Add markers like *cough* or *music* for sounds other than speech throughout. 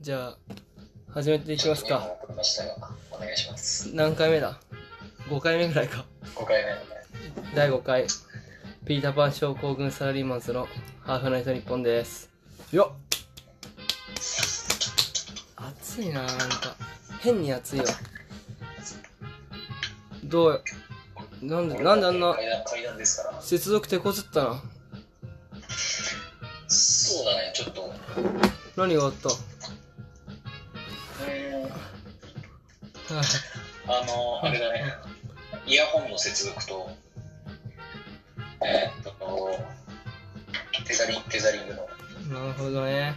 じゃあ、始めていきますちょか。っとメモを送りましたがお願いします。何回目だ ?5 回目ぐらいか。 5回目のね。第5回、ピーターパン症候群サラリーマンズのハーフナイト日本です。よっ暑いな、なんか。変に暑いわ。どうなんで、なんであんな階段階段ですから。接続手こずったな。そうだね、ちょっと。う何があった *laughs* ーん。はいあの、あれだね。イヤホンの接続と、えーっと、テザリング、テザリングのなるほどね。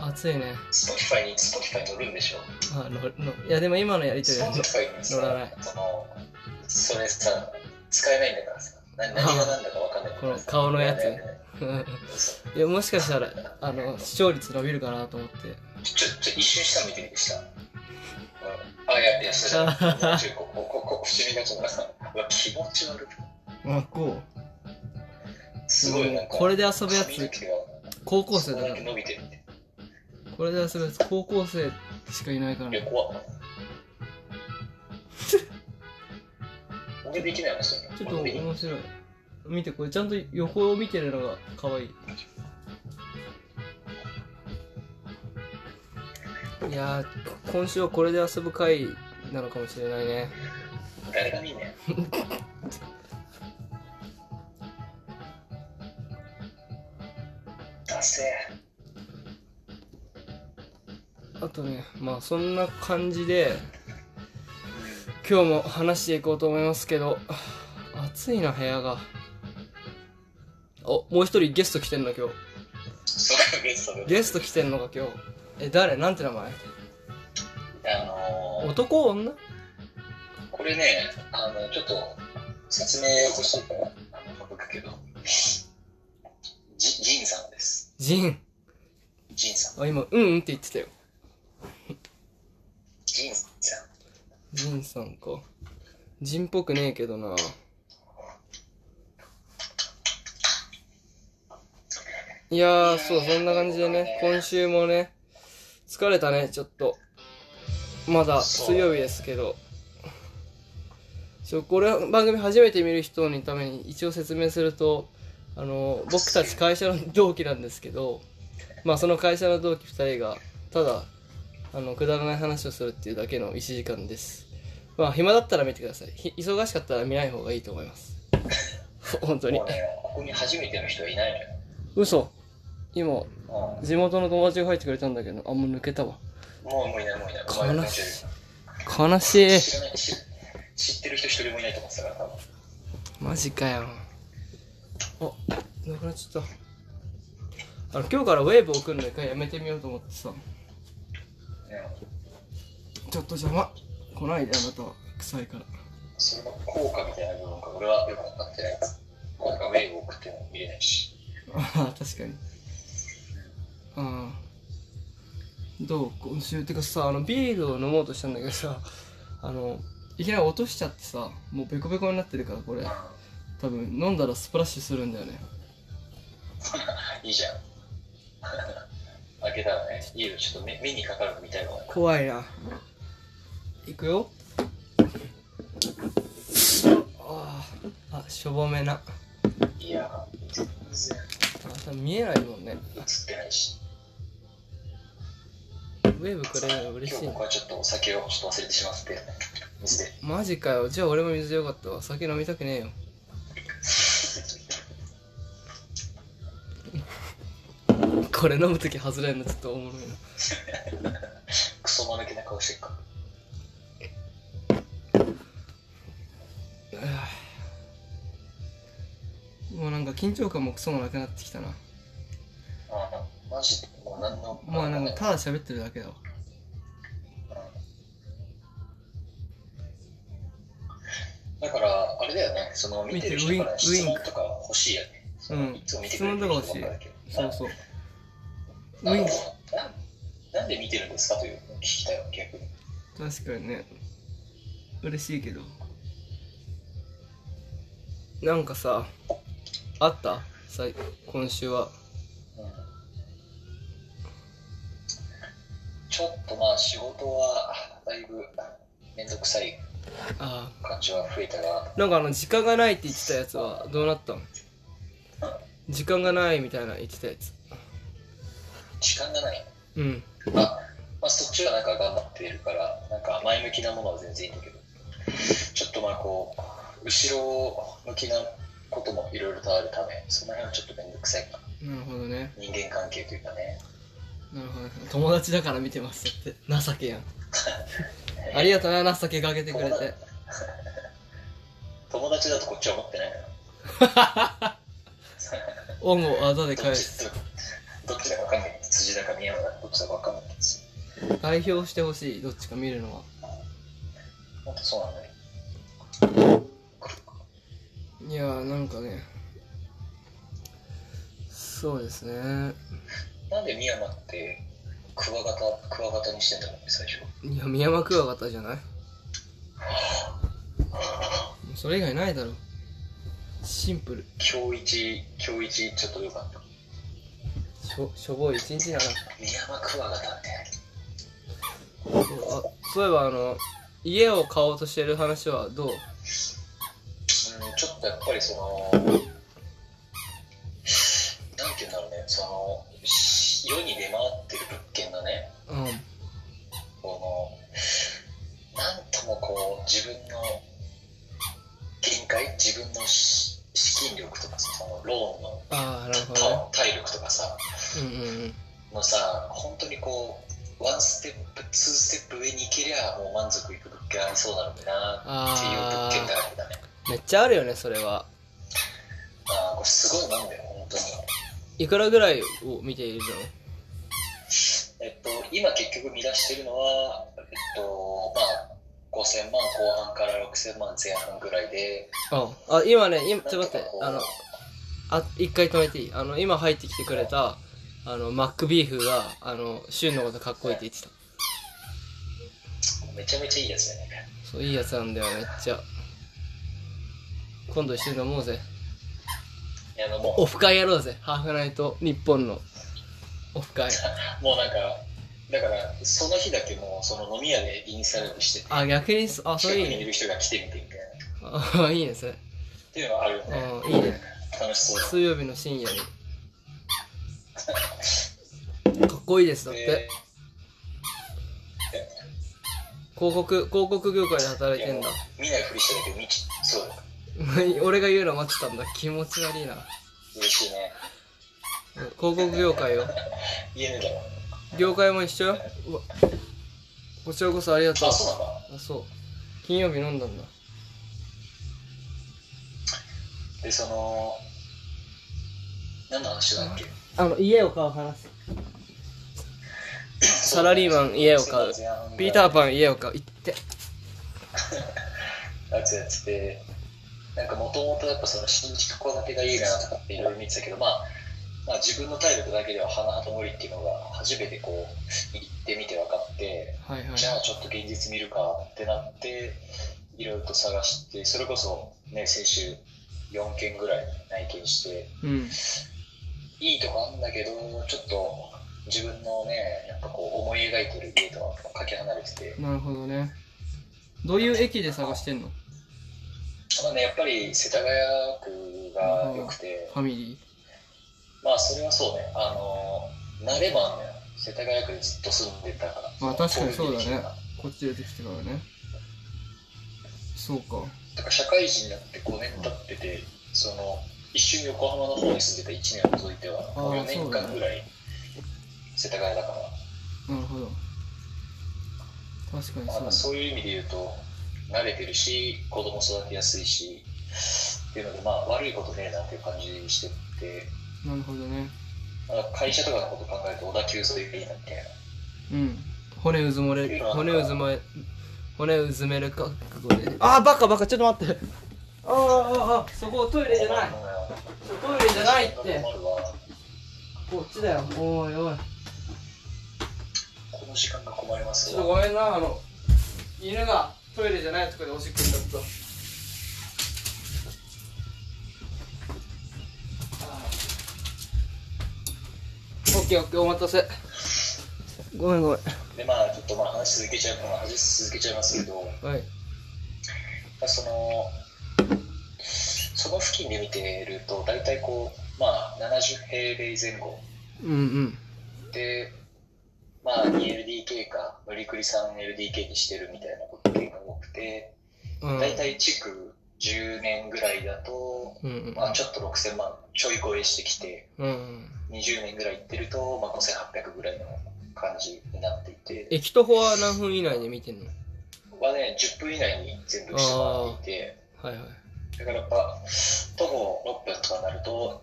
暑いね。 Spotify に、Spotify 乗るんでしょ。あののいやでも今のやりとりは Spotify に乗らないさ、その、それさ、使えないんだからさ。な何が何だか分かんないこの顔のやつね。そう *laughs* いやもしかしたらあの視聴率伸びるかなと思ってちょ、ちょ、一瞬下見てみてした。うんあ、いや、いや、それじゃ、ちょここ、ここ、口にがちょっとさ、うわ、気持ち悪い。あこうすごい、なんか、これで遊ぶや髪つの毛が高校生だこんなだけ伸びてるって。これで遊ぶやつ高校生しかいないからいや、怖っ。俺できないの、それ。ちょっ俺とできない面白い見てこれちゃんと横を見てるのが可愛いいやー今週はこれで遊ぶ回なのかもしれないね誰が見んねん。 *laughs* ダセーあとねまあそんな感じで今日も話していこうと思いますけど暑いな部屋がおもう一人ゲスト来てんの今日そうか、ゲストで。ゲスト来てんのか今日え誰なんて名前あのー、男女これね、あの、ちょっと説明欲しいから、あの、省くけど、ジジンさんです。ジンジンさん。あ今うんうんって言ってたよジンさん。ジンさんかジンっぽくねえけどなーいやーそうそんな感じでね今週もね疲れたねちょっとまだ水曜日ですけどそうこれ番組初めて見る人のために一応説明するとあの僕たち会社の同期なんですけどまあその会社の同期2人がただあのくだらない話をするっていうだけの1時間ですまあ暇だったら見てくださいひ忙しかったら見ない方がいいと思います *laughs* 本当にもうね、ここに初めての人はいない嘘今のよ。地元の友達が入ってくれたんだけどあもう抜けたわうん。もう、もういない、もういない。悲しいお前が知って悲しいる知らない、知知ってる人一人もいないと思ってたから、多分。マジかよあなくなっちゃったあの今日からウェーブ送るの一回やめてみようと思ってさうん。ちょっと邪魔来ないであなたは臭いからそれの効果みたいな部分が俺はよく分かってない。効果ウェイを送っても見れないし。ああ確かにああどう今週ってかさあのビールを飲もうとしたんだけどさあのいきなり落としちゃってさもうベコベコになってるからこれ多分飲んだらスプラッシュするんだよねいいじゃん。 *laughs* 開けたらね、いいよ、ちょっと目目にかかるみたいな。怖いな。いくよ。ああ、あ、しょぼめな。いや、全然あ、見えないもんね。映ってないし。ウェーブくれるの嬉今し日い僕。はちょっとお酒をちょっと忘れてしまって、水で。マジかよ。じゃあ俺も水よかったわ。酒飲みたくねえよ。これ飲むとき外れんのちょっとおもろいな。クソまぬけな顔してるから。もうなんか緊張感もクソもなくなってきたな。ああマジで、もう何の。まあなんかねただ喋ってるだけだわ。だから、あれだよね、その見てる人から見てウィン質問とか欲しいよね。そのうんいつも見てくれてる人ばっかだけどそうそう。ウあィンのなんなんで見てるんですかというのを聞きたいわ、逆に。確かにね嬉しいけどなんかさあったさい今週はうんちょっとまあ仕事はだいぶ面倒くさいあ感じは増えたがあなんかあの時間がないって言ってたやつはどうなったん時間がないみたいな言ってたやつ時間がないうんまあ、まあ、そっちはなんか頑張っているからなんか前向きなものは全然いいんだけどちょっとまあこう後ろ向きなこともいろいろとあるためその辺はちょっと面倒くさいかななるほどね人間関係というかねなるほどね友達だから見てますって情け *laughs* やんありがとうな情けかけてくれて友達だとこっちは思ってないから恩をあだでど返っちすだどっちだか分かんない辻だか宮野だかどっちだか分かんないんですよ代表してほしいどっちか見るのは本当そうなんだよいやーなんかねそうですねなんで宮野ってクワガタクワガタにしてんだろうね最初いや宮山クワガタじゃないそれ以外ないだろシンプル今日一今日一ちょっとよかったしょしょぼい一日だな宮山クワガタってそうあそういえばあの家を買おうとしてる話はどううんちょっとやっぱりそのなんて言うんだろうねその世に出回ってる物件のねうんこのなんともこう自分の限界自分のし資金力とかさそのローンのああなるほどねた体力とかさうんうんうんのさ本当にこうワンステップツーステップ上に行けりゃもう満足いく物件ありそうなのになっていう物あ件だらけだねーめっちゃあるよねそれはああこれすごいなんだよ本当にいくらぐらいを見ているえっと今結局見出してるのはえっとまあ5000万後半から6000万前半ぐらいでのああ今ね今ちょっと待ってなんかこうあのあ一回止めていいあの今入ってきてくれたあのマックビーフがあのシュンのことかっこいいって言ってためちゃめちゃいいやつだよねそういいやつなんだよめっちゃ今度一緒に飲もうぜいやあのもうオフ会やろうぜハーフナイト日本のオフ会もうなんか、だから、その日だけもう、その飲み屋でインスタライブしてて、あ逆にそあそ近くれいいにいねる人が来てみてみたいな。っあいいねそれていうのはあるよね。あいいね楽しそうだ。水曜日の深夜にかっこいいですだって、で広告広告業界で働いてんだ *laughs* いやもう見ないふりしただけど、見ち、そうだ。俺が言うの待ってたんだ気持ち悪いな嬉しいね。広告業界よ言えねえだろ。業界も一緒ようわこちらこそありがとうあ、そうなのあそう金曜日飲んだんだで、その、何の話だっけあの家を買う話サラリーマン家を買うピーターン。パン家を買う行ってやつやってて、なんかもともとやっぱその新築戸建てがいいなとかっていろいろ見てたけど、まあ、まあ自分の体力だけでは甚だ無理っていうのが初めてこう行ってみて分かって、はいはいじゃあちょっと現実見るかってなって、いろいろと探して、それこそね、先週4件ぐらい内見して、うんいいとこあんだけど、ちょっと自分のね、やっぱこう思い描いてる家とはかけ離れてて、なるほどねどういう駅で探してんのまあね、やっぱり世田谷区が良くて、ファミリまあそれはそうね、あの慣ればね、世田谷区にずっと住んでたから、まあ確かにそうだね交流できるからーこっち出てきてからねそうかだから社会人になって5年経ってて、その一瞬横浜の方に住んでた1年を除いては、あー4年間ぐらい世田谷だから、なるほど確かにまあ、そうそういう意味で言うと、慣れてるし、子供育てやすいし、っていうので、まあ悪いことねえなっていう感じにしてて、だなるほどねまあ、会社とかのこと考えると小田急沿いがいいなみたいな。うん骨うずもれ骨うずまえ骨うずめる覚悟でああバカバカちょっと待ってあーあーあーそこトイレじゃないそこトイレじゃないって困るわこっちだよおいおいこの時間が困りまちすょっとわ。ごめんなあの犬がトイレじゃないとこでおしっこしちゃったオッケーオッケーお待たせごめんごめんで、まあ、ちょっとまあ話続けちゃう、まあ、話続けちゃいますけど、まはい。あ、その、その付近で見てると、大体こう、まあ、70平米前後うんうん。で、まあ、2LDK か、無理くり 3LDK にしてるみたいなことが多くて、うん大体築10年ぐらいだと、うんうん。まあ、ちょっと6000万ちょい超えしてきて、うんうん。 20年ぐらいいってると、まあ、5800ぐらいの感じになっていて、駅と歩は何分以内で見てんのはね、10分以内に全部下回っていて、はいはい。だからやっぱ、徒歩6分とかなると、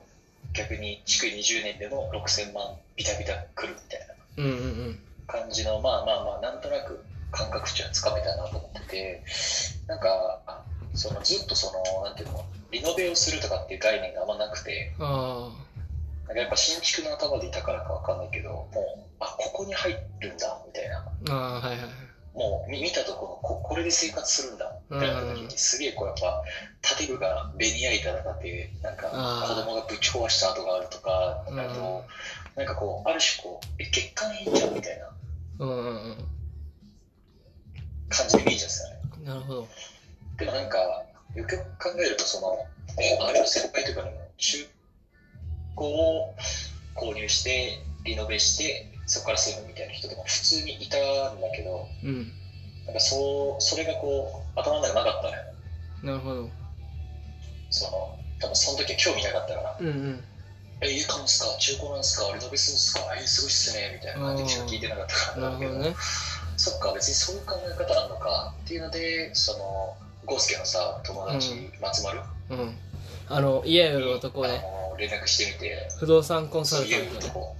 逆に築20年での6000万ビタビタ来るみたいなうんうんうん。感じの、まあまあまあ、なんとなく感覚値はつかめたなと思ってて、なんか、そのずっとその、なんていうの、リノベをするとかっていう概念があんまなくて、あなんかやっぱ新築の頭でいたからかわかんないけど、もう、あ、ここに入るんだ、みたいな。あ。ああ、はいはい。もうみ見たところこ、これで生活するんだ、みたいな時に、すげえこうやっぱ、建具がベニヤ板だって、なんかあー子供がぶち壊した跡があるとか、うんあと、なんかこう、ある種こう、え、欠陥品じゃんみたいなうんうんうん。感じで見えちゃってたね。なるほど。でもなんか、よくよく考えると、その、周りの先輩とかでも、中古を購入して、リノベして、そこから住むみたいな人とか普通にいたんだけど、うん。なんかそう、それがこう、頭の中なかったのよ。なるほど。その、多分その時は興味なかったから、うんうん。え、家買うんすか中古なんすかリノベするんすかえ、すごいっすねみたいな感じでしか聞いてなかったからなるほなんだけどど、ね。そっか、別にそういう考え方あるのかっていうので、その、ゴースケのさ、友達、うん松丸うん。あの、家よる男ね。あの連絡してみて、不動産コンサそうルタいンうトね。男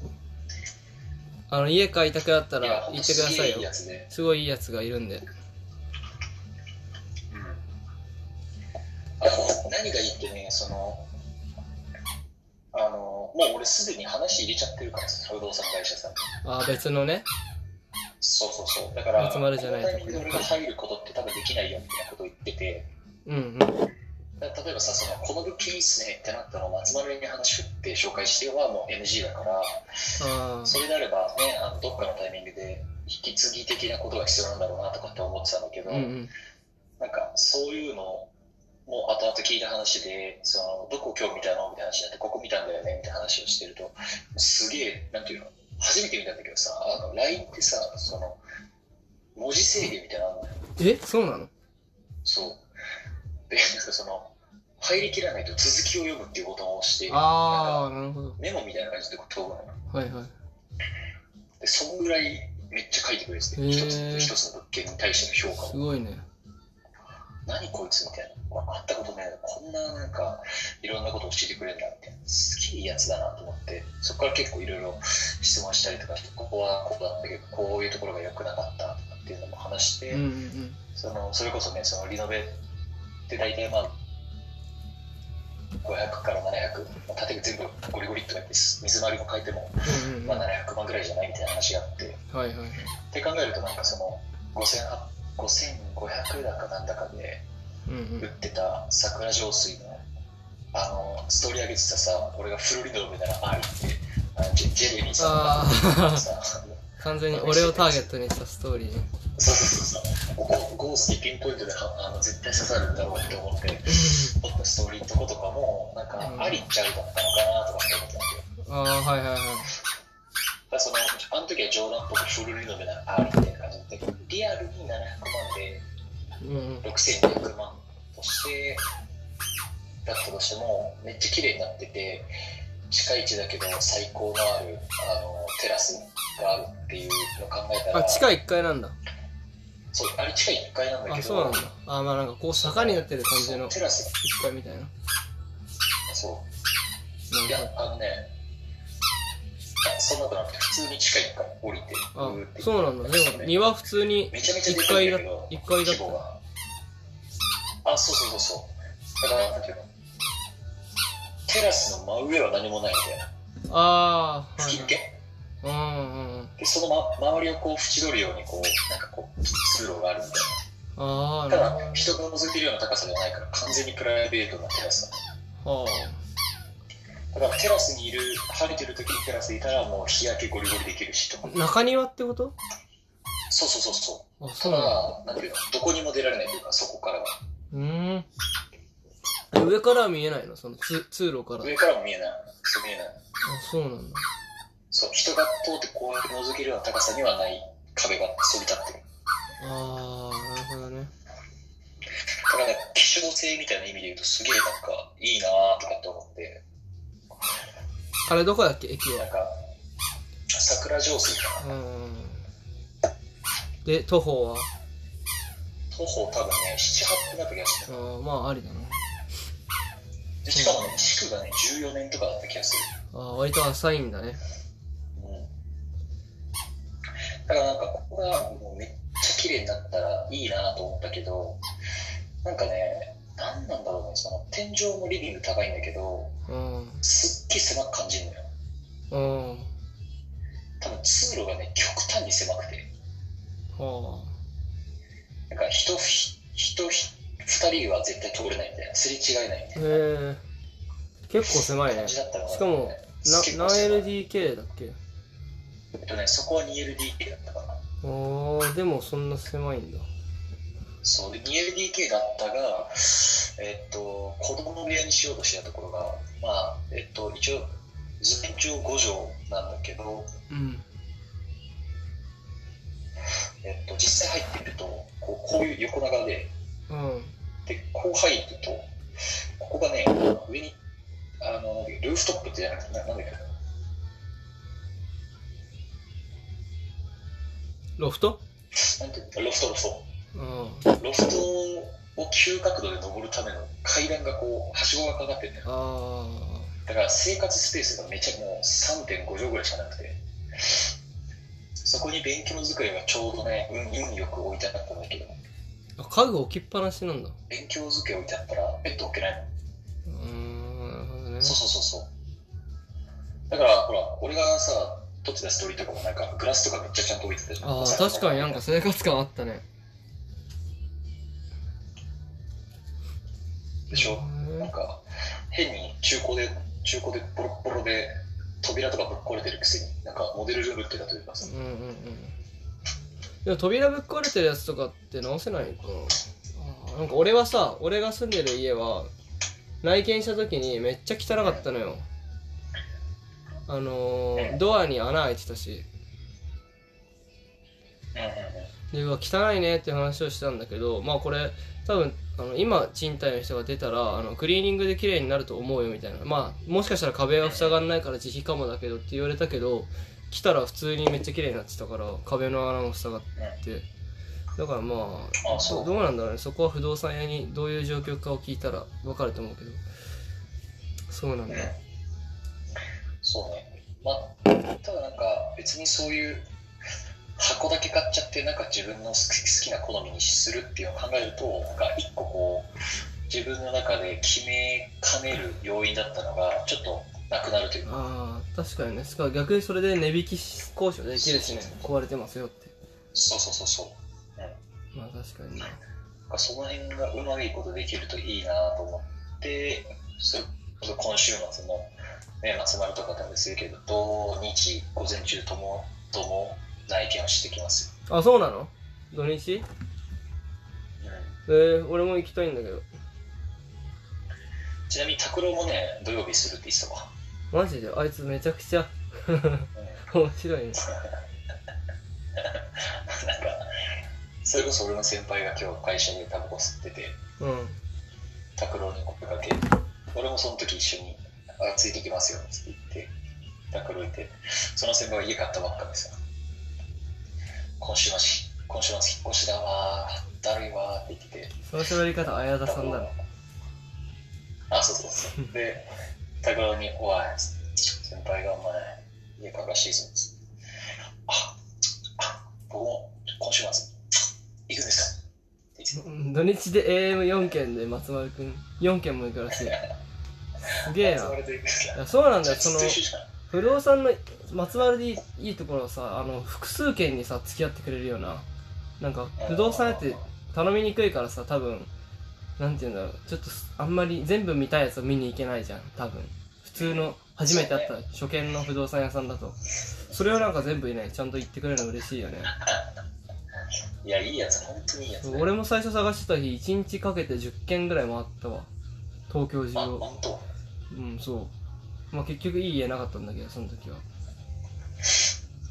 あの、家買いたくなったいやらほん言とってくだすさげいえいいやよ。つで、すごいいいやつがいるんで。あの何がいいってねそのあのもう俺すでに話入れちゃってるから不動産会社さんにああ、別のね。そうそうそうだから集まるじゃないこのタイミングで俺が入ることって多分できないよみたいなこと言っててうんだから例えばさそのこの物件いいっすねってなったのを松丸に話振って紹介してはもう NG だからあそれであればねあのどっかのタイミングで引き継ぎ的なことが必要なんだろうなとかって思ってたんだけあ。ど、うんうん。なんかそういうのも後々聞いた話でそのどこ今日見たのみたいな話になってここ見たんだよねみたいな話をしてるとすげえなんていうの初めて見たんだけどさあの LINE ってさその文字制限みたいなのあるのよえそうなのそうでなんかその入りきらないと続きを読むっていうボタンを押してああ、なるほど。メモみたいな感じでこう飛ぶのよはいはい。でそんぐらいめっちゃ書いてくれててへー一つ一つの物件に対しての評価をすごいね。何こいつみたいな、わ会ったことないのこんななんかいろんなことを教えてくれるんだみたいなすげえいいやつだなと思ってそこから結構いろいろ質問したりとかしてここはここだったけどこういうところが良くなかったとかっていうのも話して、うんうんうん。そのそれこそねそのリノベって大体まあ500から700、まあ、建具全部ゴリゴリっとやって水回りも変えても、うんうんうん。まあ、は700万ぐらいじゃないみたいな話があって。いはいはい。って考えるとなんかその5800 5500だかなんだかでうんうん売っ。てた桜上水のあのストーリー上げてたさ俺がフルリノベならありってあのジェジェレミーさんがさ完全に俺をターゲットにしたストーリ *laughs* ーね。そうそうそうそうここゴースにピンポイントではあの絶対刺さるんだろうって思って撮ったストーリーのとことかもなんうんかありっちゃうだったのかなとかって思ったんだけどああ、はいはいはい。だからそのあの時は冗談っぽくフルリノベならありみたいな感じでリアルに700万でうんうん。 6200万としてだったとしてもめっちゃ綺麗になってて近い位置だけど最高のあるあのテラスがあるっていうのを考えたらあ、地下い1階なんだ。そうあれ近い1階なんだあ、けどそうなんだ。あー、まあなんかこう坂になってる感じそのうテラス1階みたいな。ながそるういやあのねいやそんなことなくて普通に近い1階降りてほうーどっ。あ、てそうなんだ。でも庭普通にめちゃめちゃで1かい階んだだ、けど一階だっ規模があそうそうそうそうだからなんていうのテラスの真上は何もないみたいなた。ああ、はい吹きは抜いけ。うんうんうん。でその、ま、周りをこう縁取るようにこうなんかこう通路があるみたああ、いななたるだ人が覗いてるような高さじゃないから完全にプライベートなテラスだほど。はだからテラスにいる晴れてる時にテラスにいたらもう日焼けゴリゴリできるしとかあ。中庭ってことそうそうそうそう。あ、そたうなんだ。だ、なんていうの、どこにも出られないというか、そこからは。うーん。え上からは見えないのその通通路から。上からも見えない。そう見えない。あ、そうなんだ。そう、人が通ってこうやって覗けるような高さにはない壁がそび立ってる。あー、なるほどね。だからね、希少性みたいな意味で言うと、すげえなんか、いいなーとかって思って、あれどこだっけ駅なは。んか、桜上水かな。うん。で、徒歩は徒歩多分ね、7、8分だった気がすある。ーまあ、ありだな。で、しかもね、地区がね、14年とかだった気がする。あー、割と浅いんだね。うんだからなんかここがもうめっちゃ綺麗になったらいいなと思ったけどなんかね何なんだろうねその天井もリビング高いんだけどうん。すっげえ狭く感じるのようん。多分通路がね極端に狭くてはなんか人ひ人ひ2人は絶対通れないみたいなすれ違えないあ。みたいなへえ。結構狭いね。感じしだったのかも、結な、構狭い何 LDK だっけえっとねそこは 2LDK だったかなああ、でもそんな狭いんだ。そうで 2LDK だったが、えっと、子供部屋にしようとしてたところが、まあえっと、一応全長5畳なんだけど、うん。えっと、実際入ってみるとこうこういう横長でうん。でこう入るとここがね上にあのルーフトップってじゃなくてななんだっけロフトなんていうのロフトロフトうん。ロフトを急角度で登るための階段がこうはしごがかかってるんだよあだから生活スペースがめちゃもう3.5畳ぐらいしかなくて、そこに勉強机がちょうどね、運運よく置いてあったんだけど、あ。家具置きっぱなしなんだ。勉強机置いてあったらベッド置けないの。うーん、なるほどね。そうそうそうそう。だからほら、俺がさ、撮ってたストーリーとかもなんかグラスとかめっちゃちゃんと置いてたじゃん。ああ、確かになんか生活感あったね。でしょなんか変に中古で、中古でボロッボロで扉とかぶっ壊れてるくせに、なんかモデルルームってたというかさ、うんうんうん。でも扉ぶっ壊れてるやつとかって直せないかな。あーなんか俺はさ、俺が住んでる家は、内見した時にめっちゃ汚かったのよ。あのー、ドアに穴開いてたし。うんうんうんでうわ汚いねって話をしたんだけどまあこれ多分あの今賃貸の人が出たらあのクリーニングで綺麗になると思うよみたいなまあもしかしたら壁は塞がんないから自費かもだけどって言われたけど来たら普通にめっちゃ綺麗になってたから壁の穴も塞がってだからまああそうどうなんだろうねそこは不動産屋にどういう状況かを聞いたら分かると思うけどそうなんだそうね。まあ、ただなんか別にそういう箱だけ買っちゃって、なんか自分の好き好きな好みにするっていうのを考えると、なんか一個こう、自分の中で決めかねる要因だったのが、ちょっとなくなるというか、ああ確かにねしかも逆にそれで値引き交渉できるしね壊れてますよってそうそうそうそう。まあ確かにねなんかその辺がうまいことできるといいなと思って、それこそ今週末の、ね、松丸とかなんですけど、土日午前中とも、とも内見をしてきますあそうなの土日よ。うんえー、俺も行きたいんだけどちなみに拓郎もね、土曜日するって言ってたわ。 *laughs* マジであいつめちゃくちゃ面白いねなんか、それこそ俺の先輩が今日会社でタバコ吸ってて、うん拓郎に声かけ、俺もその時一緒に、あ、ついてきますよって言って、拓郎いて、その先輩は家買ったばっかでさ、今週末、今週末引っ越しだわー、だるいわーって言ってて、その喋り方綾田さんだろあ、そうそうそ *laughs* う。で、拓郎に、おい、先輩がお前、家かかしいぞ。あ、あ、僕も今週末、行くんですかって言ってうん土日で AM4 件で松丸くん4件も行くらしいすげえな集まれていくんですいかやそうなんじだゃよあそずのっと一緒じゃん不動産の松丸でいいいいところはさあの複数件にさ付き合ってくれるようななんか不動産屋って頼みにくいからさ多分なんて言うんだろうちょっとすあんまり全部見たいやつを見に行けないじゃん多分普通の初めて会った初見の不動産屋さんだとそれをなんか全部いないちゃんと言ってくれるの嬉しいよねいや、いいやつ、本当にいいやつ、ね。俺も最初探してた日1日かけて10軒ぐらい回ったわ東京中あ、を本当。うんそうまあ結局いい家なかったんだけどその時は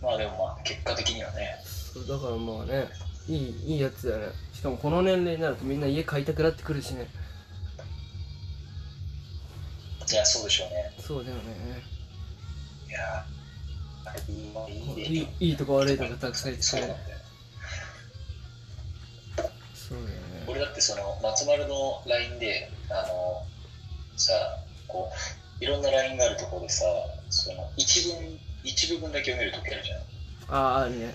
まあでもまあ、結果的にはね。そうだからまあねいいいいやつだよねしかもこの年齢になるとみんな家買いたくなってくるしねいや、そうでしょうね。そうだよねいやー、いいわ、いいねいいいいとこ悪いとこたくさんいてそうなんだねよ。そうだよね俺だってその松丸の LINE であのさこういろんな LINE があるところでさその一文一部分だけ読める時あるじゃんあああるね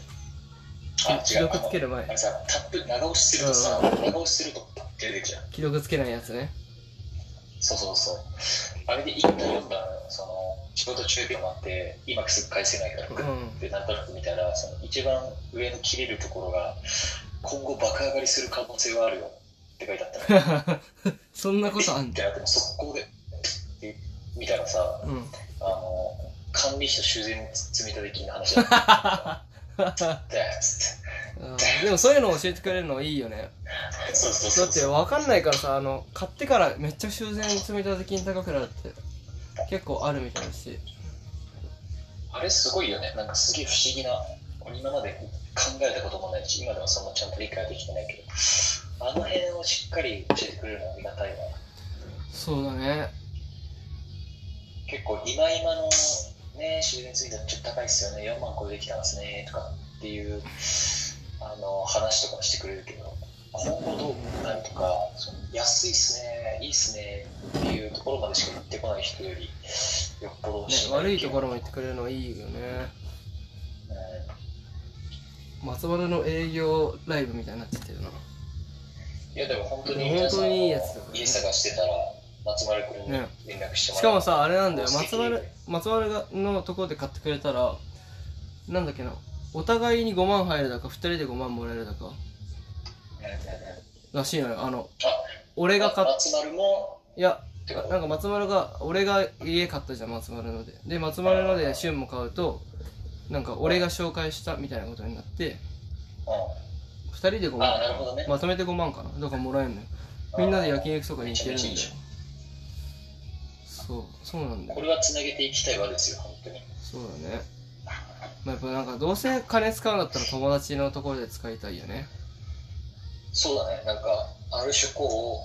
あ既違うあ読つけるの前あれさタップ長押しするとさ長押しすると出てくるじゃん既読つけないやつねそうそうそうあれで一回読んだのその仕事中継もあって今すぐ返せないからグッてなんとなく見たらその一番上の切れるところが今後爆上がりする可能性はあるよって書いてあったの *laughs* そんなことあん *laughs* っじてなっても速攻でって見たらさゃんうんあの管理費と修繕積立金の話だったあってつっーでもそういうの教えてくれるのいいよねてそうそうだそうって分かんないからさあの買ってからめっちゃ修繕積み立て金高くなるって結構あるみたいだしあれすごいよねなんかすげえ不思議な今まで考えたこともないし今でもそんなちゃんと理解できてないけどあの辺をしっかり教えてくれるのはありがたいわそうだね結構今今のね修繕積立ちょっと高いっすよね4万超えてきたんですねとかっていうあの話とかしてくれるけど今後どうなるとかその安いっすねいいっすねっていうところまでしか言ってこない人よりよっぽどねし悪いところ、ろも言ってくれるのいいよねう松原の営業ライブみたいになっちゃってるなんいやでも本当に本当にいいやつだよね家探してたら松丸君にね連絡してもらうしかもさあれなんだよ素敵松原松原がのところで買ってくれたらなんだっけなお互いに5万入るだか2人で5万もらえるだかうんうんうんらしいのよあのあ俺が買っ松丸もいやってことなんか松丸が俺が家買ったじゃん松丸のでで松丸ので旬も買うとなんか俺が紹介したみたいなことになって2人で5うん、あな万るほどね、まとめて5万かなだからもらえんのよみんなで焼肉とかに行けるんだよめちゃめちゃいいじそうそうなんだこよれはつなげていきたいわですよ本当にそうだねまあやっぱなんかどうせ金使うんだったら友達のところで使いたいよねそうだね、なんか、ある種こ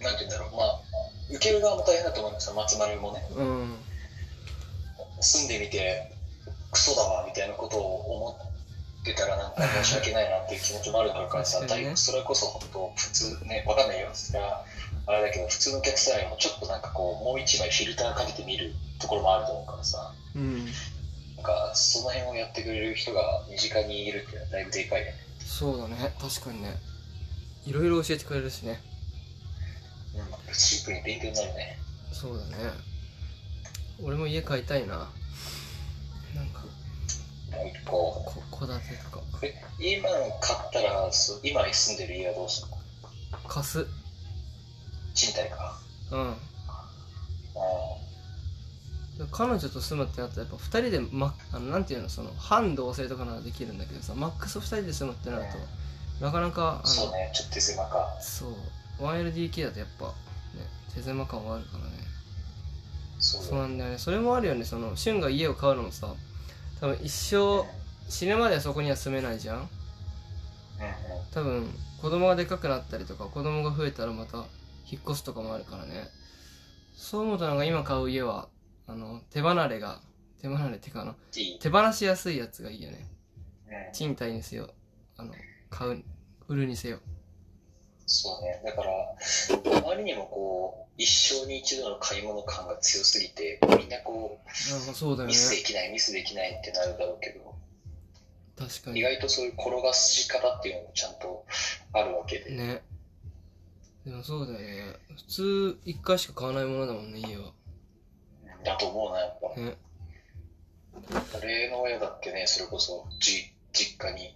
う、なんて言うんだろう、まあ、受ける側も大変だと思うんですよ、松丸もね。うん住んでみて、クソだわ、みたいなことを思ってたら、なんか申し訳ないなっていう気持ちもあるだろうからさ、確かにねだいぶそれこそ本当、普通ね、わかんないよ、それはあれだけど、普通のお客さんよりもちょっとなんかこう、もう一枚フィルターかけてみるところもあると思うからさ、うんなんか、その辺をやってくれる人が身近にいるっていうのはだいぶでかいよね。そうだね確かにねいろいろ教えてくれるしねうん、シンプルに勉強になるね。そうだね俺も家買いたいななんかなんかこうこ戸建てとかえ今の買ったらそう今住んでる家はどうするの貸す賃貸かうんああ彼女と住むってなったらやっぱ2人で、ま、あのなんていうのその半同棲とかならできるんだけどさマックス2人で住むってなるとなかなかあそうのねちょっと手狭かそう 1LDK だとやっぱ、ね、手狭感はあるからねそうそうだなんだよねそれもあるよねその旬が家を買うのもさ多分一生死ぬまではそこには住めないじゃんうんうん多分子供がでかくなったりとか子供が増えたらまた引っ越すとかもあるからねそう思うとなんか今買う家はあの手離れが手離れってかあのいい、手放しやすいやつがいいよねうん、賃貸にせよあの買う売るにせよそうねだからあまりにもこう一生に一度の買い物感が強すぎてみんなこなんかそうだようミねスできないミスできないってなるだろうけど確か意に外とそういう転がし方っていうのもちゃんとあるわけで、ねでもそうだよね普通1回しか買わないものだもんね家はだと思うなやっぱね例の親だってね、それこそじ実家に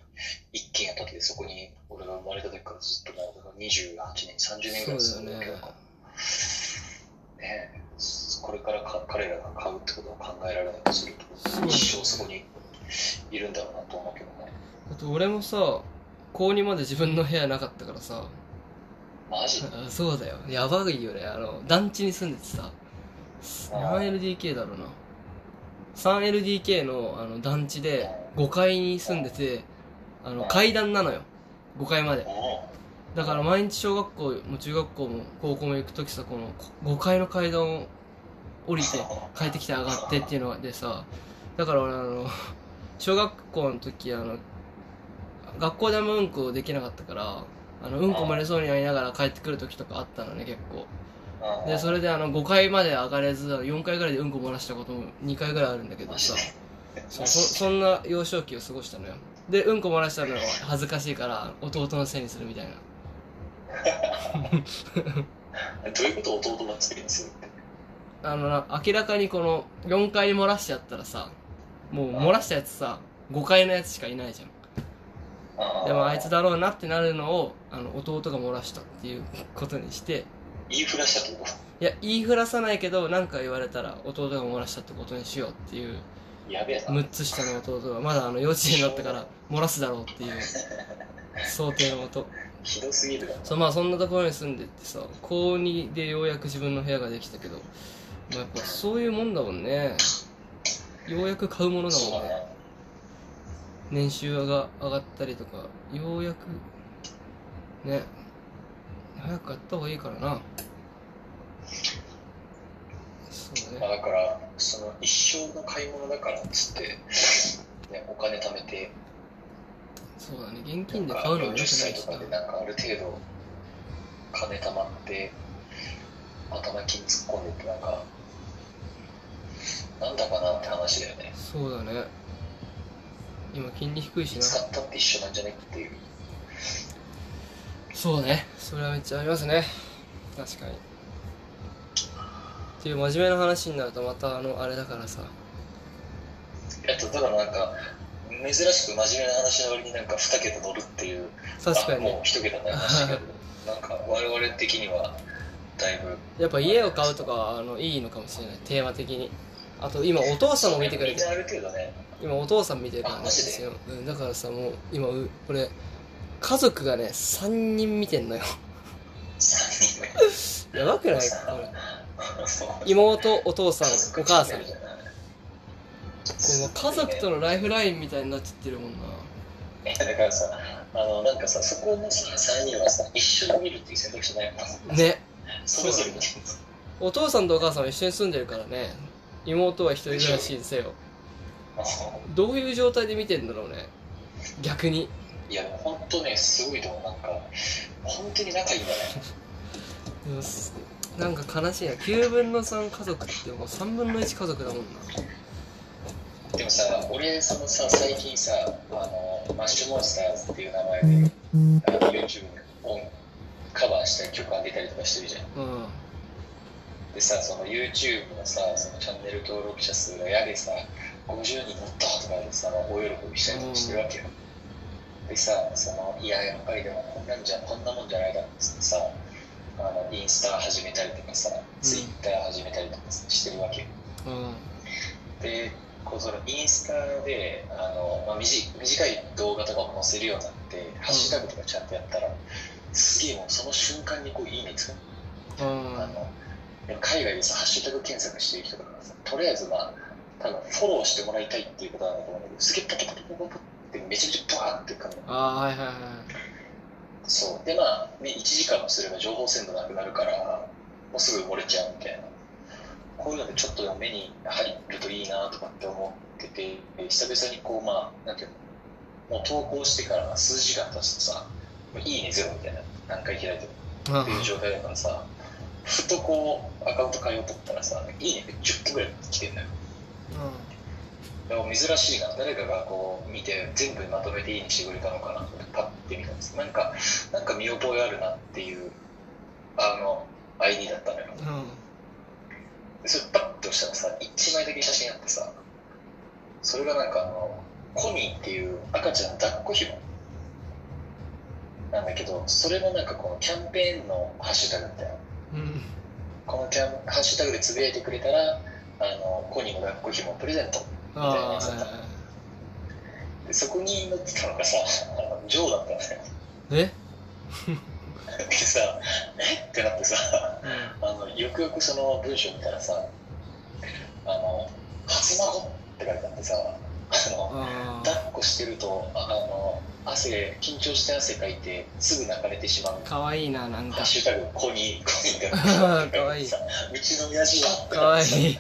一軒家建てて、そこに俺が生まれた時からずっとなんか28年、30年ぐそらうい住だんでよるねけど、ねこれからか彼らが買うってことを考えられないとするとそう、一生そこにいるんだろうなと思うけどね。あと俺もさ高2まで自分の部屋なかったからさマジあそうだよやばいよねあの団地に住んでてさあー 7LDK だろうな 3LDK のあの団地で5階に住んでてあの階段なのよ5階までおだから毎日小学校も中学校も高校も行く時さこの5階の階段を降りて帰ってきて上がってっていうのでさだから俺あの小学校の時あの学校であんまうんこできなかったからあのうんこ漏れそうになりながら帰ってくる時とかあったのね結構おでそれであの5階まで上がれず4階ぐらいでうんこ漏らしたことも2回ぐらいあるんだけどマさジでそそそんな幼少期を過ごしたのよでうんこ漏らしたのは恥ずかしいから弟のせいにするみたいなどういうこと弟の作りにするってあのな明らかにこの4階に漏らしちゃったらさもう漏らしたやつさ5階のやつしかいないじゃんあーでもあいつだろうなってなるのをあの弟が漏らしたっていうことにして言いふらしたってこといや言いふらさないけど何か言われたら弟が漏らしたってことにしようっていうやべえな6つ下の弟がまだあの幼稚園だったから漏らすだろうっていう想定のもとひどすぎるなそうまあそんなところに住んでってさ高2でようやく自分の部屋ができたけど、まあ、やっぱそういうもんだもんねようやく買うものだそもうんだねね年収が上がったりとかようやくね早く買った方がいいからなそうまねあ、だからその一生の買い物だからっつって、ね、お金貯めてそうだね現金で買うのも良くない40歳しとかでななんかある程度金貯まって頭金突っ込んでってなんかなんだかなって話だよねそうだね今金利低いしな使ったって一緒なんじゃねっていうそうねそれはめっちゃありますね確かにっていう真面目な話になるとまたあのあれだからさあとだからなんか珍しく真面目な話の割になんか2桁乗るっていう確かあにもう1桁になりましたけどなんか我々的にはだいぶやっぱ家を買うとかはあのいいのかもしれないテーマ的にあと今お父さんも見てくれみてんなある程度ね今お父さん見てるからあねマジでうんだからさもう今うこれ家族がね3人見てんのよ *laughs* 3人目やばくないこれ妹お父さんお母さんこの家族とののライフラインみたいになっちゃってるもんなだからさあのなんかさそこのさ3人はさ一緒に見るっていう選択肢ないもんねそれぞれ見てるお父さんとお母さんは一緒に住んでるからね妹は一人暮らしにせよどういう状態で見てんだろうね逆にいや本当ねすごいと思うなんか本当に仲いいんだねでもすなんか悲しいな9分の3家族ってもう3分の1家族だもんなでもさ俺そのさ最近さあのマッシュモンスターズっていう名前であの YouTube をカバーした曲上げたりとかしてるじゃんうんでさ、その YouTube のさ、そのチャンネル登録者数がやでさ、50人乗ったとかでさ、大喜びしたりとかしてるわけよ。でさ、その、いや、やっぱりでもこんなんじゃ、こんなもんじゃないだろうっつってさ、あの、インスタ始めたりとかさ、Twitter 始めたりとかしてるわけよ。うんで、こうそのインスタで、あの、まあ、短い短い動画とかも載せるようになって、ハッシュタグとかちゃんとやったら、すげえもうその瞬間にこう、いいねつくうんあの海外でさ、ハッシュタグ検索してる人とかさ、とりあえずまあ、多分フォローしてもらいたいっていうことなんだと思うんだけど、すげえパキパキパキパキってめちゃめちゃバーンってかあーはいはいはいそう。でまあ、ね、1時間もすれば情報鮮度なくなるから、もうすぐ漏れちゃうみたいな。こういうのでちょっとでも目に入るといいなとかって思ってて、久々にこうまあ、なんていうの、もう投稿してから数時間経つとさ、もういいねゼロみたいな、何回開いても。うんっていう状態だからさ、ふとこう、アカウント変えようと思ったらさ、いいねが10個ぐらい来てんだよ。でも珍しいな、誰かがこう見て、全部まとめていいにしてくれたのかなって、パッて見たんです。なんか、なんか見覚えあるなっていう、あの、ID だったのよ。うんうんでそれパッと押したらさ、1枚だけ写真あってさ、それがなんかあの、コニーっていう赤ちゃんの抱っこ紐なんだけど、それもなんかこのキャンペーンのハッシュタグみたいな。うんこのキャンハッシュタグでつぶやいてくれたら、あのコニーの抱っこ紐をプレゼントあーはいはいはいでそこに載ってたのがさ、あのさ、ジョーだったんだよ。 *laughs* えでさ、えってなってさ、あの、よくよくその文章見たらさ、あの、初孫って書いてあってさ、あの、あ抱っこしてると、ああの、汗、緊張して汗かいて、すぐ泣かれてしまうあ。かわいいななんハかッシュタグ、コニー、コニーが。あ *laughs* ーか *laughs* わいいうちの親父は。かわいい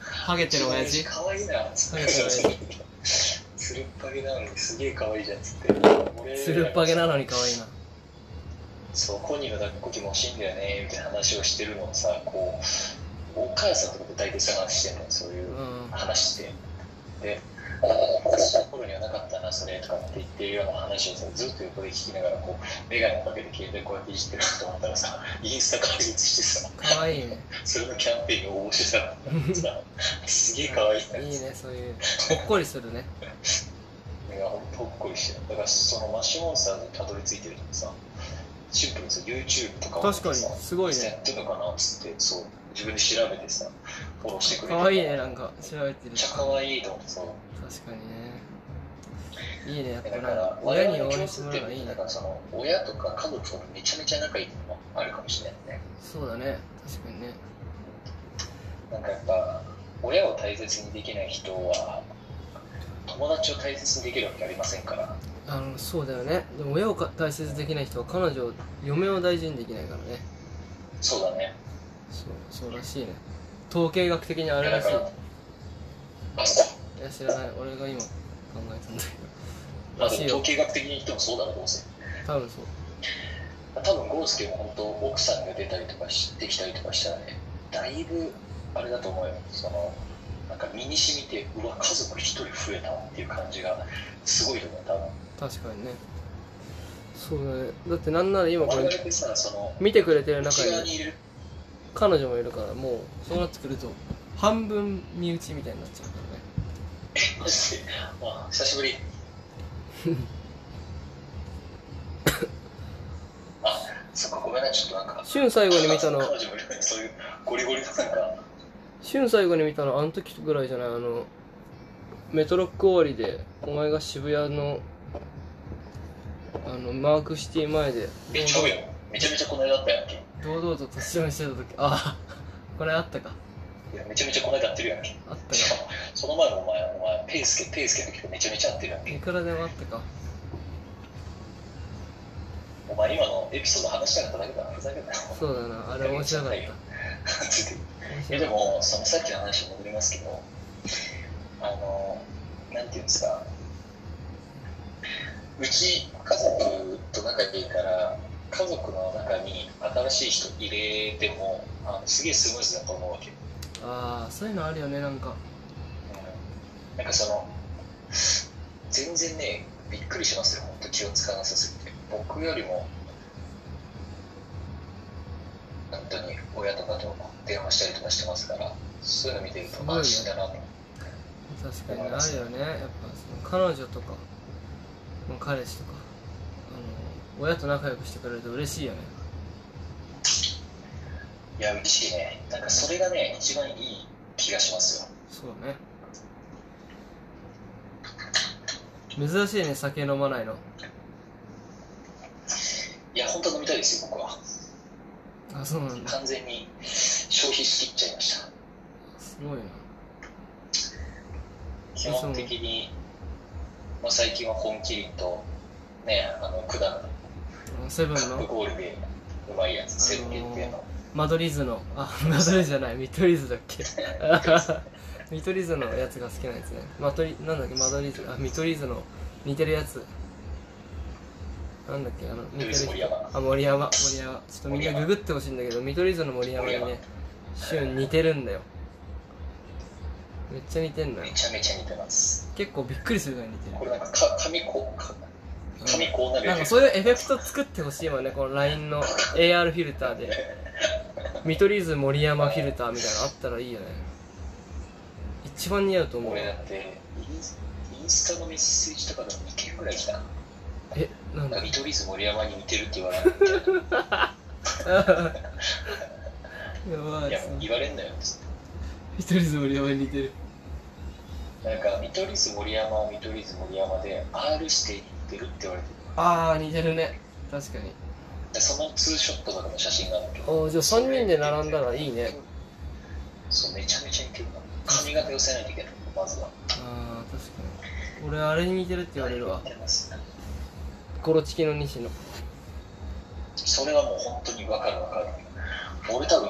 ハゲてる親うち父の可愛いな。つハゲてる親父つるっぱげなのにすげえ可愛いじゃんっつって。俺つるっぱげなのにかわいいなそう、コニーの抱っこ気持ちいいんだよね、みたいな話をしてるのをさ、こう、お母さんとかで大体そういう話してるの、そういううん話って。で、あの私の頃にはなかったな、それとかって言ってるような話をさ、ずっと横で聞きながら、こう、メガネをかけて携帯こうやっていじってるなと思ったらさ、インスタ開設してさ、かわいいねそれのキャンペーンを応募してたの *laughs* さ、すげえ可愛いな。いいねそういうほ *laughs* っこりするねいや、ほんとほっこりしてる。だから、そのマシモンさんにたどり着いてるのさ、シンプルにさ、YouTube とか確かにさすごいやねってんのかなっつって、そう、自分で調べてさ、フォローしてくれて。かわいいねめっなんか調べてるちゃ可愛いと思ってさ、確かにねいいねやっぱだかなんらか、親親にに応応援援ししててもらもらえばいいねだから、その、親とか家族とめちゃめちゃ仲いいのもあるかもしれないね。そうだね確かにねなんかやっぱ、親を大切にできない人は、友達を大切にできるわけありませんから、あのそうだよねでも親をか大切にできない人は彼女を嫁を大事にできないからねそうだね。そうそうらしいね統計学的にああれらしいから、あそういや知らない俺が今考えたんだけどまあらでしもいよ統計学的に言ってもそうだな、どうせ。多分そう多分ゴースケも本当奥さんが出たりとかしてきたりとかしたらねだいぶあれだと思うよそのなんか身に染みてうわ家族一人増えたわっていう感じがすごいと思う多確かにねそうだねだってなんなら今分こ我々れってさその見てくれてる中内側ににいる彼女もいるからもうそうなってくると半分身内みたいになっちゃうからねマジで、まあ、久しぶり *laughs* あそっかごめんなちょっとなんか旬最後に見たの彼女もいるのにそういうゴリゴリのなんか旬最後に見たのあの時ぐらいじゃないあのメトロック終わりでお前が渋谷のあのマークシティ前でめっちゃ多いよめちゃめちゃこの間あったやんけ堂々と立ち読みしてた時ああこれあったかいやめちゃめちゃこの間やってるやんけあったしかかもその前のお前、お前、ペイスケ、ペイスケの曲めちゃめちゃ合ってるやんいけ。くらでもあったかお前、今のエピソード話したかっただけだな、ふざけんなよ。そうだなあれ面白かった面ついてえ白でかっも、そのさっきの話に戻りますけど、あの、なんていうんですか、うち、家族と仲いいから、家族の中に新しい人入れても、あのすげえスムーズだと思うわけ。たああそういうのあるよねなんかうんなんかその、全然ね、びっくりしますよ、本当気を使わなさすぎて。僕よりも、本当に親とかと電話したりとかしてますから、そういうの見てるすごといね安心だなと。確かにあるよねやっぱその彼女とかまあ彼氏とかあの親と仲良くしてくれると嬉しいよねいや、嬉しいね。なんかそれがね、一番いい気がしますよ。そうね珍しいね酒飲まないのいや、本当飲みたいですよ、僕は。あそうなんだ完全に消費しきっちゃいました。すごいな基本的に、まあ、最近は本麒麟と、ね、あの、果物あのセブンカップのゴールでうまいやつ、セブン限定の。マドリーズのあマドリーズじゃない見取り図だっけ *laughs* 見取り図のやつが好きなやつねマトリなんだっけマドリーズあ見取り図の似てるやつなんだっけあの似てる人見取り図森山あ森山森山ちょっとみんなググってほしいんだけど見取り図の森山に森ね旬似てるんだよめっちゃ似てんのよめちゃめちゃ似てます。結構びっくりするぐらい似てるこれなんかか、紙こう、か紙こうなるなんねかそういうエフェクト作ってほしいもんね、この LINE の AR フィルターで。見取り図森山フィルターみたいなのあったらいいよね。一番似合うと思う。俺だえ、ってイン、インスタのメッセージとかでも2件ぐらい来た。なん *laughs* だなんか、見取り図森山に似てるって言われる。やばいいや、。言われんなよ。つって見取り図森山に似てる。なんか見取り図森山見取り図森山で R 指定に似てるって言われてるああ似てるね確かにでそのツーショットとかの写真があるんだけどおーじゃあ3人で並んだらいいねそうめちゃめちゃ似てるな髪型寄せないといけないまずはああ確かに俺あれに似てるって言われるわありますねコロチキの西野それはもう本当に分かる分かる俺多分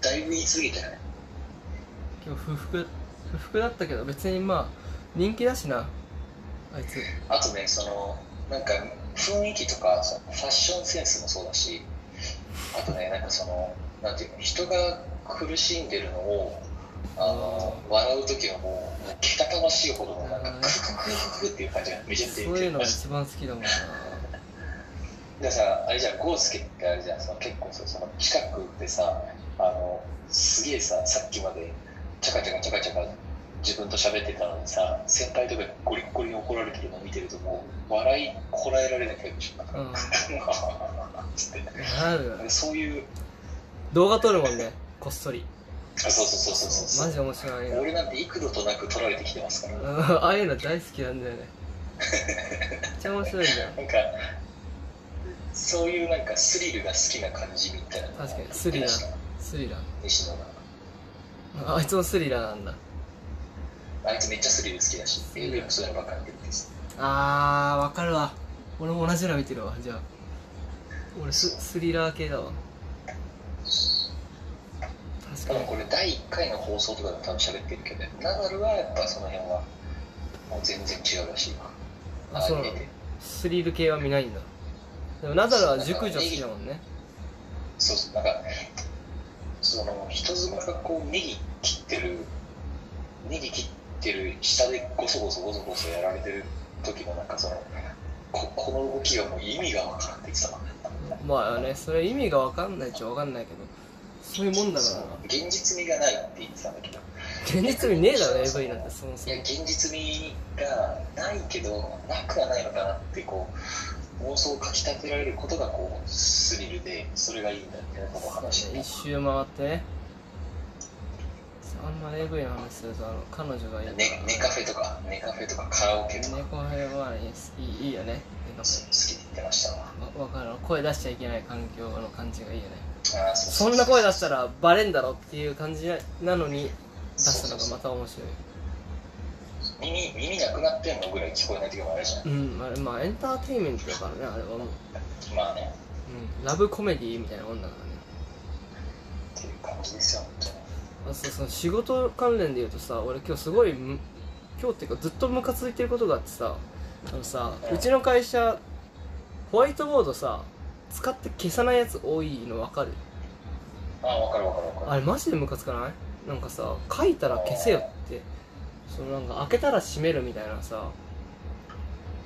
だいぶ言い過ぎてない今日不服不服だったけど別にまあ人気だしなあいつあとね、その、なんか雰囲気とか、そのファッションセンスもそうだし、あとね、なんかその、なんていうの、人が苦しんでるのを、あの、笑うときはもう、もうけたたましいほどの、なんか、ククククククっていう感じがめちゃめそちゃう言っいうてるのが一番好きだもんなでさ、あれじゃん、ゴースケってあれじゃん、その結構そうその近くでさ、あの、すげえさ、さっきまで、ちゃかちゃかちゃかちゃか、自分と喋ってたのにさ、先輩とかにゴリッゴリに怒られてるの見てると、もう、笑いこらえられないタイプでしょ。うんつってなるよね *laughs* そういう、動画撮るもんねこっそりあそうそうそうそうそうマジ面白いな俺なんて幾度となく取られてきてますから、うんああいうの大好きなんだよねめっちゃ面白いじゃんなんか、そういうなんかスリルが好きな感じみたいなのが確かにスリラー出したスリラー西野が。ああいつもスリラーなんだあいつめっちゃスリル好きだし、映画もそういうのばっかり見てるんです。あーわかるわ俺も同じの見てるわじゃあ俺ススリラー系だわ確多か分にこれ第1回の放送とかでも多分喋ってるけど、ナダルはやっぱその辺はもう全然違うらしいわ。あそうなのあえてスリル系は見ないんだでもナダルは熟女好きだもんねそうそう、なんか、その人妻がこうネギ切ってる、ネギ切ってる下でゴソゴソゴソゴソやられてる時のなんかその、ここの動きがもう意味がわからんって言ってたわまあねそれ意味がわかんないっちゃわかんないけどそういうもんだからな現実味がないって言ってたんだけど。現実味ねえだろ AV なんてそもそもいや現実味がないけどなくはないのかなってこう妄想をかきたてられることがこうスリルでそれがいいんだみたいなことを話して一周回ってねあんま AV の話するとあの彼女がいるたかねらネカフェとかネカフェとかカラオケとか好猫兵はいいすいいいいよねなんかきって言ってましたわわわかるわ声出しちゃいけない環境の感じがいいよねあーそそんな声出したらバレんだろっていう感じなのに出したのがまた面白い耳耳なくなってんのぐらい聞こえない時もあるじゃんうんあれまあエンターテインメントだからねあれはもう、まあねうん、ラブコメディみたいなもんだからねっていう感じですよ本当にあそうその仕事関連で言うとさ俺今日すごいむ今日っていうかずっとムカついてることがあってさあのさうちの会社ホワイトボードさ使って消さないやつ多いの分かるああ分かる分かる分かあれマジでムカつかないなんかさ書いたら消せよってそのなんか開けたら閉めるみたいなさる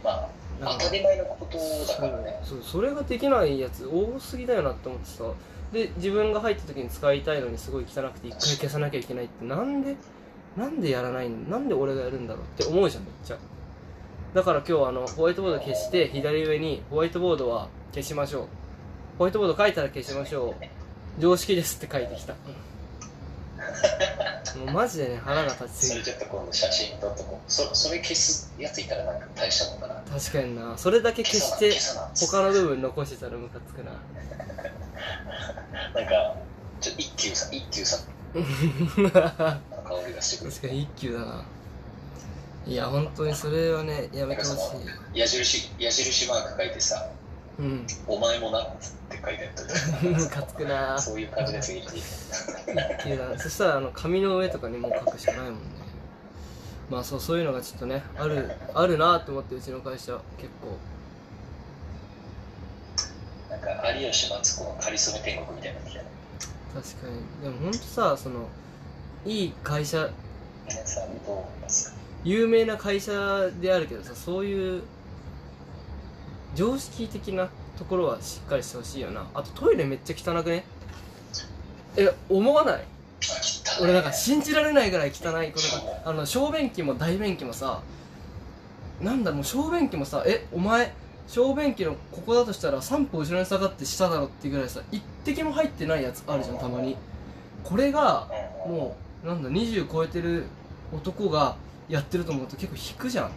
まなあんか当たり前のことだからねそうそれができないやつ多すぎだよなって思ってさで自分が入った時に使いたいのにすごい汚くて一回消さなきゃいけないってなんでなんでやらないんなんで俺がやるんだろうって思うじゃんめっちゃだから今日あのホワイトボード消して左上にホワイトボードは消しましょうホワイトボード書いたら消しましょう常識ですって書いてきたもうマジでね腹が立ちすそぎるれちょっと今度写真撮っとこうそそれ消すやついたらなんか大したのかな確かになそれだけ消して消さな消さ他の部分残してたらムカつくななんか、ちょっと一休さん、一休さん確の香りがしてくる。かに一級だないや本当にそれはねやめてほしい矢印、矢印マーク書いてさ、うんお前もなって書いてあったりとムカつくなか、そういう感じで次に。一級だなそしたらあの紙の上とかにもう書くしかないもんねまあそうそういうのがちょっとねあるあるなと思ってうちの会社結構なんか、有吉松子のカリスメ天国みたいになってきたね。確かにでも本当さそのいい会社皆さんどう思いますか有名な会社であるけどさそういう常識的なところはしっかりしてほしいよなあとトイレめっちゃ汚くねえ思わないあ、切ったね俺なんか信じられないぐらい汚いことがあの小便器も大便器もさなんだろう小便器もさえお前小便器のここだとしたら3歩後ろに下がって下だろっていうぐらいさ一滴も入ってないやつあるじゃんたまにこれがうんうんもうなんだ20超えてる男がやってると思うと結構引くじゃん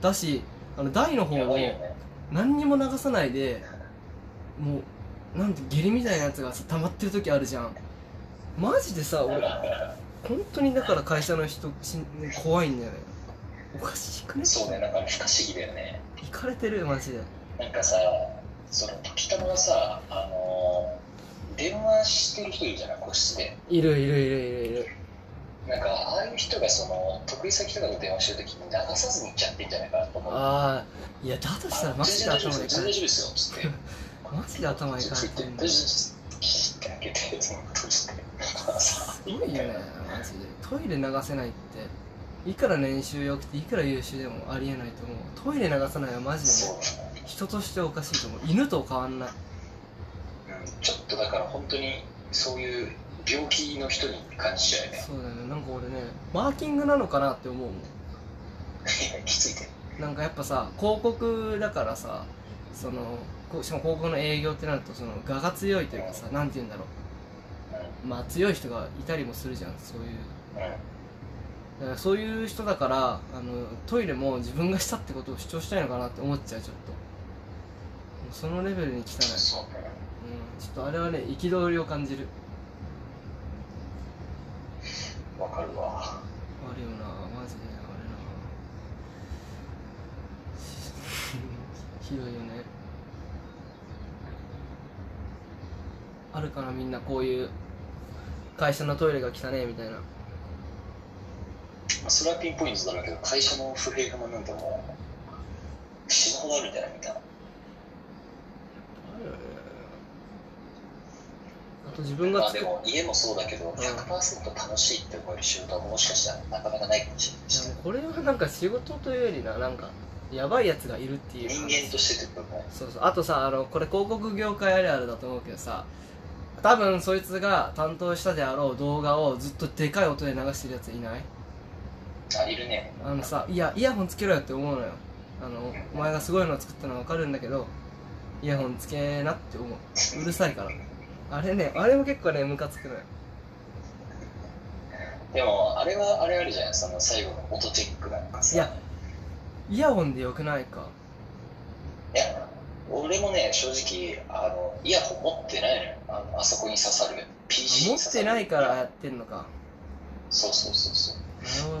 だしあの台の方やもばいよね。何にも流さないでもうなんて下痢みたいなやつがさ溜まってる時あるじゃんマジでさ俺本当にだから会社の人し怖いんだよねおかしくねそうね、なんか不可思議だよね。行かれてるマジでなんかさ、その時たまがさ、あのー電話してる人いるじゃない、個室で。いるいるいるいるいるなんか、ああいう人がその、得意先とかと電話してるときに流さずに行っちゃってんじゃないかなと思う。ああいやだとしたらマジで頭が全然大丈夫いかですよ、全然ない大丈夫ですよ、つって。マジで頭いかないってす。ピシッて開けて、その閉じて。ごいよねマジでトイレ流せないっていくら年収良くていくら優秀でもありえないと思うトイレ流さないはマジでそうね。人としておかしいと思う犬と変わんないうんちょっとだから本当に、そういう病気の人に感じちゃうよね。そうだよねなんか俺ねマーキングなのかなって思うもんいやきついて。なんかやっぱさ広告だからさそのこしかも広告の営業ってなるとその我が強いというかさなんて言うんだろうまあ強い人がいたりもするじゃんそういううん。うん。だからそういう人だからあのトイレも自分がしたってことを主張したいのかなって思っちゃうちょっともうそのレベルに汚い、うん、ちそうね。ょっとあれはね憤りを感じるわかるわ。あるよなマジであれな *laughs* ひどいよねあるかなみんなこういう会社のトイレが汚ねえみたいなまあそれはピンポイントだろうけど、会社の不平がなんてもう、死ぬほどあるんじゃないみたいな。あるよねあと自分がまあ作っでも家もそうだけど、100%楽しいって思える仕事はもしかしたらなかなかないかもしれないいやしもう、これはなんか仕事というよりななんかやばいやつがいるっていう人間としてってことね。そうそうあとさあのこれ広告業界あるあるだと思うけどさ多分そいつが担当したであろう動画をずっとでかい音で流してるやついないあ、いるね。あのさいやイヤホンつけろよって思うのよあのお前がすごいの作ったのはわかるんだけどイヤホンつけなって思ううるさいからあれねあれも結構ねムカつくのよでも、あれはあれあるじゃん、その最後の音チェックなんかさ。いやイヤホンでよくないかいや俺もね、正直、あの、イヤホン持ってないのよ。あのあそこに刺さる。PC 持にっ刺さてる。ないからやってんのかそうそうそうそう。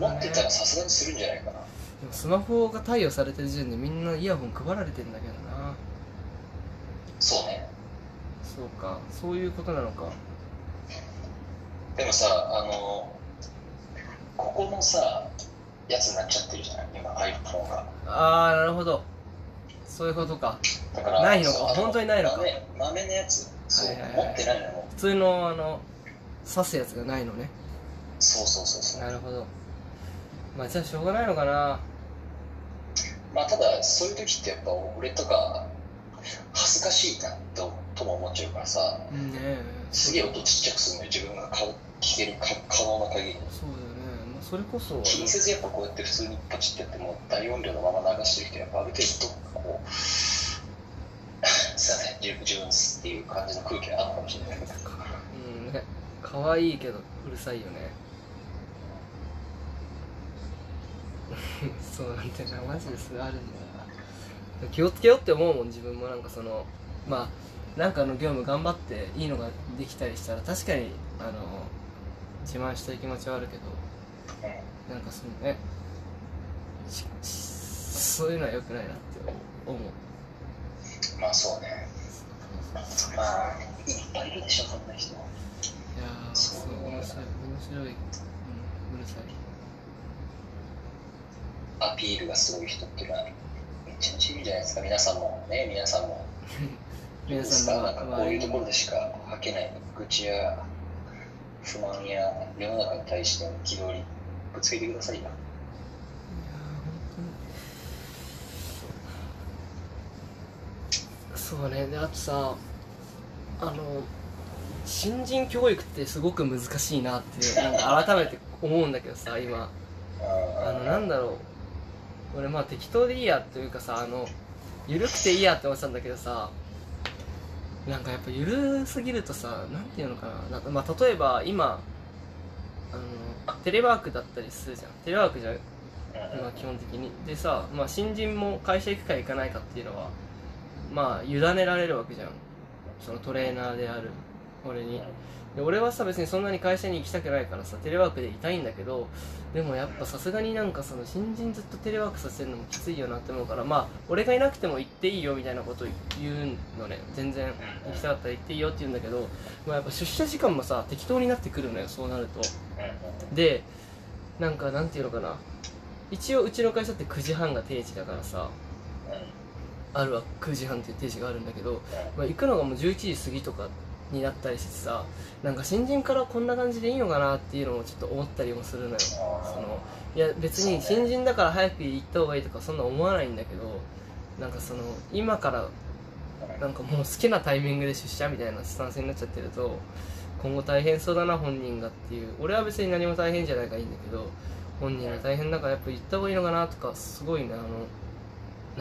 なるほど、ね、持ってたらさすがにするんじゃないかでな。もスマホが貸与されてる時点でみんなイヤホン配られてんだけどなそうね。そうかそういうことなのかでもさ、あの、ここのさ、やつになっちゃってるじゃない今 iPhone が。ああなるほどそういうことかだから、ないのかそうあ本当にないのか豆豆のやつ、そう、はいはいはい持ってないのも。普通のあの刺すやつがないのねそうそうそうそう。なるほどまあじゃあしょうがないのかなまあただそういう時ってやっぱ俺とか恥ずかしいなととも思っちゃうからさうんねえすげえ音ちっちゃくするのよ自分が顔聞けるか可能な限りそうだよね、まあ、それこそ気にせずやっぱこうやって普通にパチってやっても大音量のまま流してる人やっぱある程度こうすいません自分自分ですっていう感じの空気があるのかもしれないけどうんね可愛いけどうるさいよね *laughs* そうなんてなマジですあるんだよな気をつけようって思うもん自分もなんかそのまあなんかの業務頑張っていいのができたりしたら確かにあの自慢したい気持ちはあるけどなんかそのねししそういうのは良くないなって思ううんまあそうねまあいっぱいいるでしょそんな人いやーそそうう面白い面白い、うん、うるさいアピールがすごい人っていうのはめちゃめちゃいるんじゃないですか皆さんもね皆さんも皆ですさかんのなんかこういうところででしか吐けない愚痴や不満や世の中に対しての憤りぶつけてくださいよそうねであとさあの新人教育ってすごく難しいなってなんか改めて思うんだけどさ今あのなんだろう俺まあ適当でいいやというかさあの緩くていいやって思ってたんだけどさなんかやっぱ緩すぎるとさなんていうのかななんかまあ例えば今あのテレワークだったりするじゃんテレワークじゃうんうんまあ、基本的にでさ、まあ、新人も会社行くか行かないかっていうのはまあ委ねられるわけじゃんそのトレーナーである俺にで俺はさ別にそんなに会社に行きたくないからさテレワークでいたいんだけどでもやっぱさすがになんかその新人ずっとテレワークさせるのもきついよなって思うからまあ俺がいなくても行っていいよみたいなこと言うのね全然行きたかったら行っていいよって言うんだけど、まあ、やっぱ出社時間もさ適当になってくるのよそうなるとでなんかなんていうのかな一応うちの会社って9時半が定時だからさあるわ9時半っていう定時があるんだけど、まあ、行くのがもう11時過ぎとかになったりしてさなんか新人からこんな感じでいいのかなっていうのもちょっと思ったりもするのよそのいや別に新人だから早く行った方がいいとかそんな思わないんだけどなんかその今からなんかもう好きなタイミングで出社みたいなスタンスになっちゃってると今後大変そうだな本人がっていう俺は別に何も大変じゃないからいいんだけど本人が大変だからやっぱ行った方がいいのかなとかすごいねあの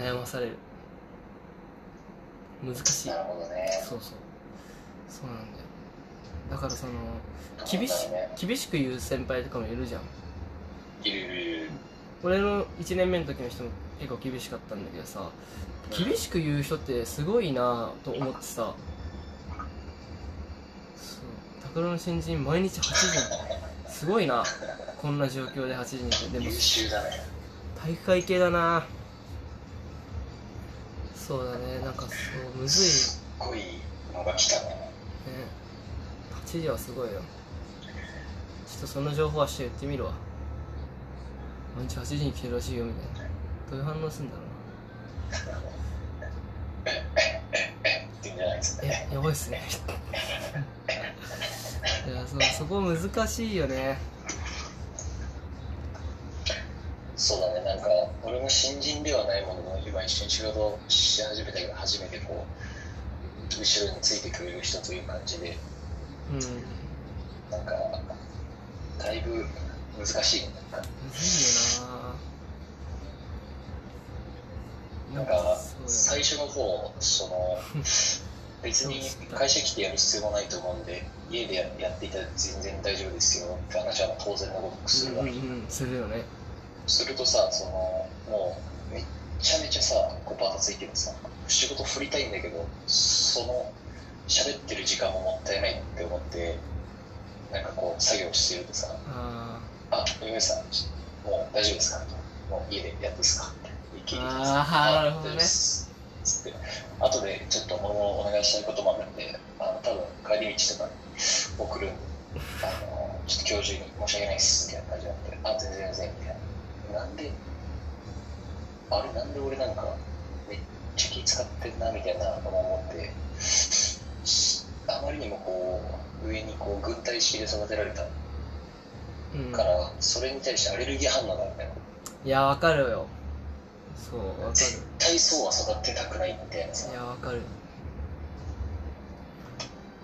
悩まされる難しいなるほどねそうそうそうなんだよだからその厳厳ししい厳しく言う先輩とかもいるじゃんいるいるいる俺の1年目の時の人も結構厳しかったんだけどさ厳しく言う人ってすごいなと思ってさそう拓郎の新人毎日8時にすごいなこんな状況で8時にってでも優秀だね体育会系だなそうだねなんかそうむずいすっごいのが来たねね8時はすごいよちょっとその情報はして言ってみるわ毎日8時に来てるらしいよみたいなどういう反応するんだろっていうんじゃないですかうなねえやばいっすねいやそそこ難しいよねそうだねなんか俺も新人ではないものの今一緒に仕事をし始めたけど初めてこう後ろについてくれる人という感じでうんむなんかだいぶ難しいねなんかずいよななんかそう最初の方 *laughs* その別に会社来てやる必要もないと思うんで家でややっていたら全然大丈夫ですよって話は当然のごとくするだわうんけ、うんうんするよねするとさそのもうめっちゃめちゃさこうバタついてるさ仕事振りたいんだけどその喋ってる時間ももったいないって思ってなんかこう作業してるとさあ「あ嫁さんもう大丈夫ですか?」もう家でやっていいですか?」って聞いてきてさあーなるほどね大丈夫ですつって後でちょっと物をお願いしたいこともあるんであの多分帰り道とかに送るんであのちょっと今日中に申し訳ないっすみたいな感じになって「あ全然全然」みたいななんであれなんで俺なんかめっちゃ気使ってんなみたいなのも思ってあまりにもこう上にこう軍隊式で育てられたーうんからそれに対してアレルギー反応があるんだよいやわかるよそうわかる絶対そうは育てたくないみたいないさやわかる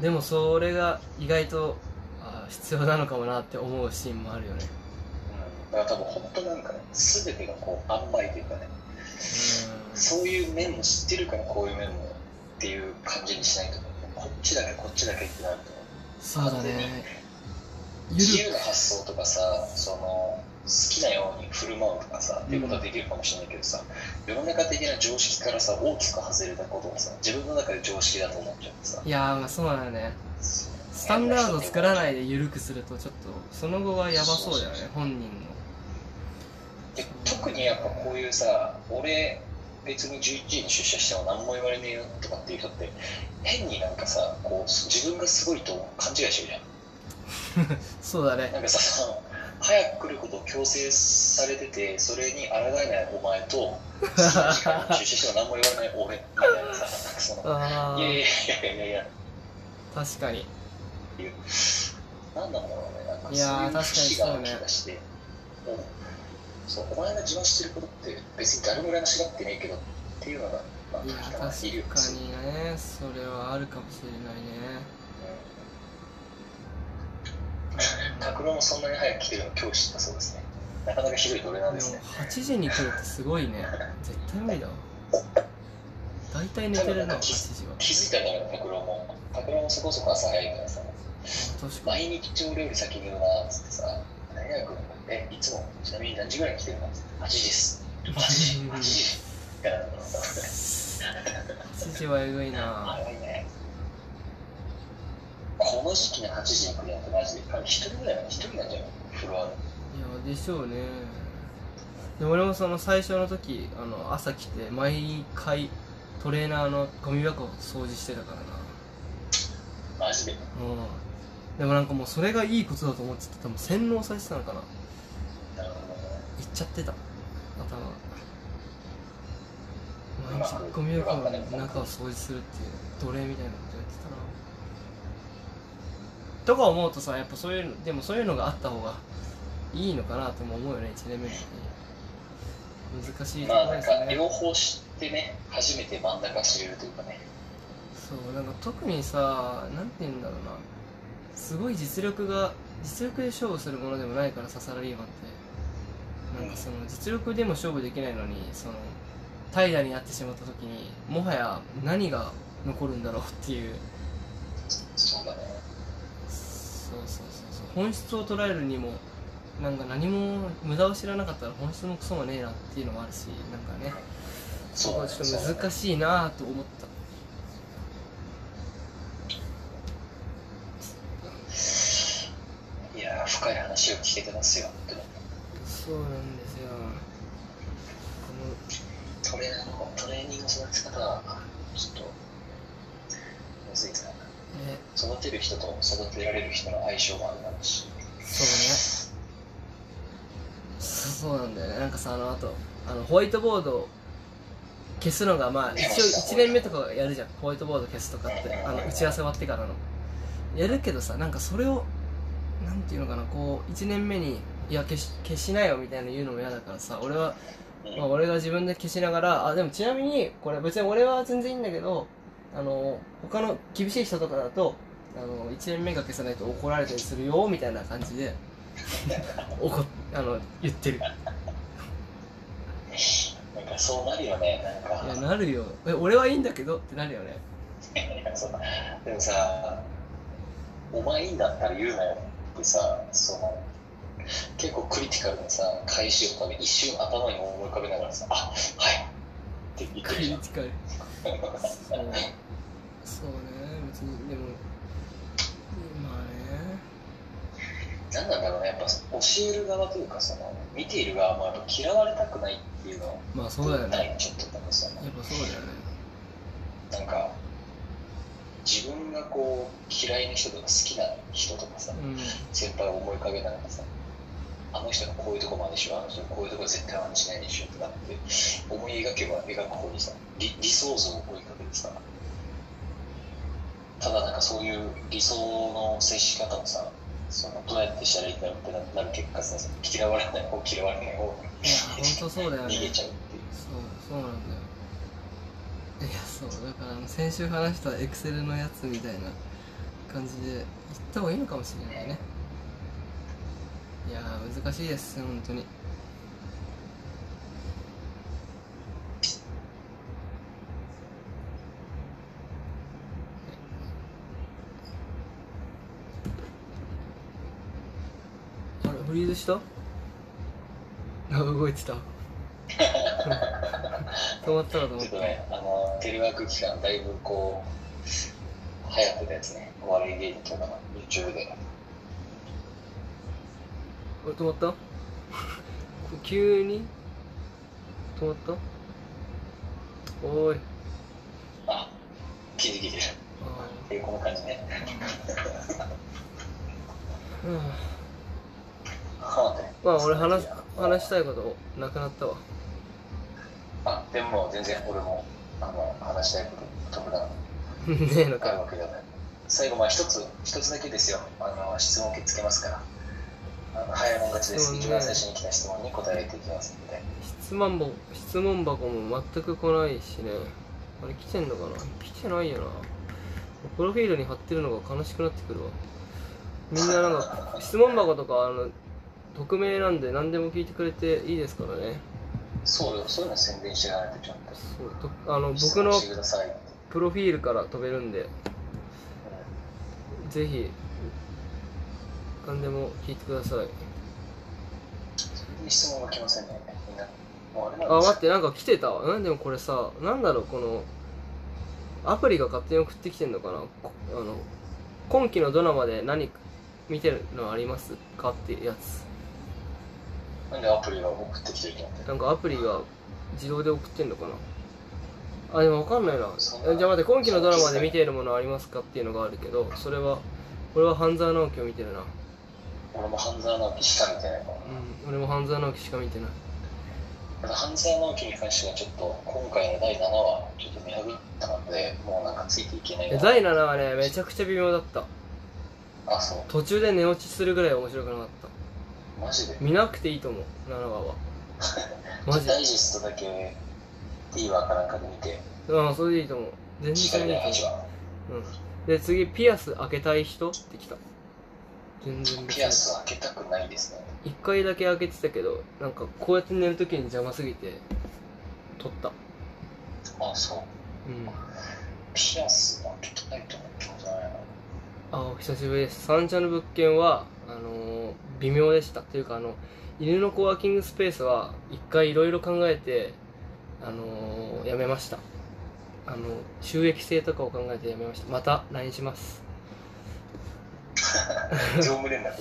でもそれが意外とあ必要なのかもなって思うシーンもあるよねうんだから多分本当なんかね全てがこう塩梅というかねそういう面も知ってるからこういう面もっていう感じにしないとこっちだけこっちだけってなるとそうだねゆ自由るな発想とかさその好きなように振る舞うとかさっていうことはできるかもしれないけどさ、世の中的な常識からさ大きく外れたことをさ自分の中で常識だと思っちゃってさいやーまあそうだよねスタンダード作らないでゆるくするとちょっとその後がやばそうだよね本人ので特にやっぱこういうさ俺別に11時に出社しても何も言われねえよとかっていう人って変になんかさこう自分がすごいと勘違いしてるじゃんそうだねなんかさ *laughs* その早く来ることを強制されててそれに抗えないお前と好きな時間に出社しても何も言われない俺みたいなさなんかそのあいやいーやいやいやいや確かにっていう何なんだろうねなんかいやーそういう節がある気確かがしてうんそうお前が自慢してることって別に誰も羨ましがってねえけどっていうのが、まあ、いや確時たかまいるようんにねそれはあるかもしれないね拓郎もそんなに早く来てるの今日知ったそうですねなかなかひどい奴隷なんでですもね8時に来るってすごいね絶対無理だわ大体寝てるな8時は気づいたんだけど拓郎も拓郎もそこそこ朝早いからさあ確かに毎日俺より先に言うなっつってさ何南君、え、いつも、ちなみに何時ぐらいに来てるの ?8 時です。8時、8時。いや、筋はえぐいな早いね。この時期に8時に来るなんてマジで、彼一人ぐらいは一人なんじゃないフロアの。いやでしょうねで俺もその最初の時あの朝来て毎回トレーナーのゴミ箱を掃除してたからなマジで。うんでもなんかもうそれがいいことだと思ってて多分洗脳されてたのかななるほどね。いっちゃってた頭がう毎ま日くゴミ箱の中を掃除するっていう奴隷みたいなことやってたなとか思うとさやっぱそういうのでもそういうのがあった方がいいのかなとも思うよね1年目に難しいとこまあろなんですかね両方知ってね、初めて真ん中知れるというかね。そうなんか特にさなんて言うんだろうなすごい実力が実力で勝負するものでもないからさサラリーマンってなんかその実力でも勝負できないのにその怠惰になってしまった時にもはや何が残るんだろうっていうそうだね。そうそうそうそう本質を捉えるにもなんか何も無駄を知らなかったら本質のクソもねえなっていうのもあるしなんかねそそうこだはね。ちょっそうとだね難しいなぁと思ったいやー、深い話を聞けてますよ、本当に。そうなんですよトレーナーのトレーニングの育て方は、ちょっと、むずいな。このね育てる人と育てられる人の相性もあるだろうし。そうねそうなんだよねなんかさあのあとあのホワイトボードを消すのがまあ一応1年目とかやるじゃんホワイトボード消すとかってあの打ち合わせ終わってからのやるけどさなんかそれをなんていうのかなこう1年目にいや消し消しなよみたいな言うのも嫌だからさ俺はうんまあ、俺が自分で消しながらあでもちなみにこれ別に俺は全然いいんだけどあの他の厳しい人とかだとあの1年目が消さないと怒られたりするよみたいな感じで *laughs* 怒っあの言ってるいなんかそうなるよね、なんか。やなるよえ俺はいいんだけどってなるよねいやそうでもさ、お前いいんだったら言うなよってさ、その結構クリティカルなさ、返しを多分一瞬頭に思い浮かべながらさ、あはいって言ってクるじリゃん。ティカルそうそうね別にでもまあねなんなんだろうね、やっぱ教える側というか、その見ている側もやっぱ嫌われたくないっていうのは、まあそうだよねないちょっとなんかさ、やっぱそうだよねなんか、自分がこう嫌いな人とか好きな人とかさ、うん先輩を思い浮かべながらさ、あの人のこういうとこまでしよう、あの人のこういうとこ絶対真似しないでしょってなって、思い描けば描くほどさ、理理想像を思い浮かべてさ、ただなんかそういう理想の接し方をさ、そのどうやってしたらいいんだろうってななる結果さ、嫌われない方、嫌われない方、いや本当そうだよね逃げちゃうっていう。そうそうなんだよいやそうだからあの先週話したエクセルのやつみたいな感じで行った方がいいのかもしれないねいやー難しいです本当にあれフリーズしたあ動いて *laughs* た止まったらと思っちょったとね、あの、テレワーク期間、だいぶこう、流行ってたやつね、お笑い芸人とかの YouTube で。俺止まった *laughs* 急に止まったおーいあ、気づいてる。あっていうこの感じね。ーうんはあねまあ俺話話したいことなくなったわあ、でも全然俺もあの話したいこと特 *laughs* 段ねえのあるかわけではない。最後まあ一つ一つだけですよ。あの質問受け付けますから。あの早いもん勝ちです。そうね一番最初に来た質問に答えていきますので。質問箱質問箱も全く来ないしねあれ来てんのかな来てないよなプロフィールに貼ってるのが悲しくなってくるわみんななんか質問箱とかあの匿名なんで何でも聞いてくれていいですからねそうよ、そういうの宣伝していかないとちゃんと。そうとあの質僕問のしてくださいって。プロフィールから飛べるんでうんぜひ何でも聞いてくださいに質問が来ませんね、みんな。もうあれなんあ、です待って、なんか来てたわ。うん、でもこれさ、なんだろう、この、アプリが勝手に送ってきてんのかなこあの、今期のドラマで何見てるのありますかってやつ。なんでアプリが送ってきてると思って。なんかアプリが自動で送ってんのかなあ、でもわかんないな。えじゃあ待って、今期のドラマで見ているものありますかっていうのがあるけど、それは、俺は半沢直樹を見てるな。俺も半沢直樹しか見てないから。うん、俺も半沢直樹しか見てない。ただ半沢直樹に関してはちょっと今回の第7話ちょっと見破ったのでもうなんかついていけないえな第7はね、めちゃくちゃ微妙だった。あそ途中で寝落ちするぐらい面白くなかった。うマジで見なくていいと思う7話 *laughs* はマジでダイジェストだけ TVer かなんかで見てうんそれでいいと思う全次回然いい第と8思話う、うん、で次ピアス開けたい人ってきた全然別ピアにスは開けたくないですね一回だけ開けてたけどなんかこうやって寝るときに邪魔すぎて取ったあそううんピアスは開けたいと思ったことないなあお久しぶりです三茶の物件はあのー微妙でしたというかあの犬のコワーキングスペースは一回いろいろ考えてあのーやめましたあの収益性とかを考えてやめましたまた LINE します業 *laughs* 務連絡や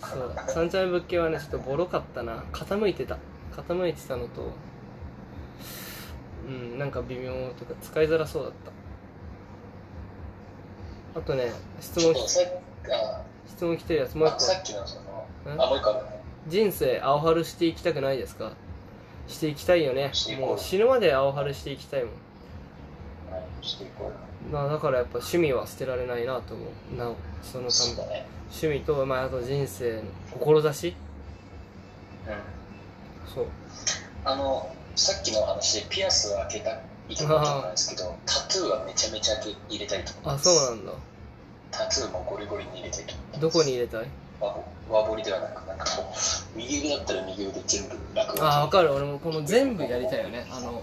そう三茶の物件はねちょっとボロかったな傾いてた傾いてたのとうんなんか微妙とか使いづらそうだったあとね質ちょ問っとさっきあ質問来てるやつもう一あ個さっきのそのうんあもう一個あるね人生青春していきたくないですかしていきたいよねしていこうもう死ぬまで青春していきたいもんはいしていこまあだからやっぱ趣味は捨てられないなと思うなおそのうたそうめだね趣味と、まあ、あと人生の志うんそうあのさっきの話でピアスは開けたいと思ったんですけどタトゥーはめちゃめちゃ開け入れたいと思いあますそうなんだタトゥーもゴリゴリに入れたいと思いますどこに入れたい和和彫りではなくなんかこう右腕だったら右腕全部楽にああ分かる俺もこの全部やりたいよねあの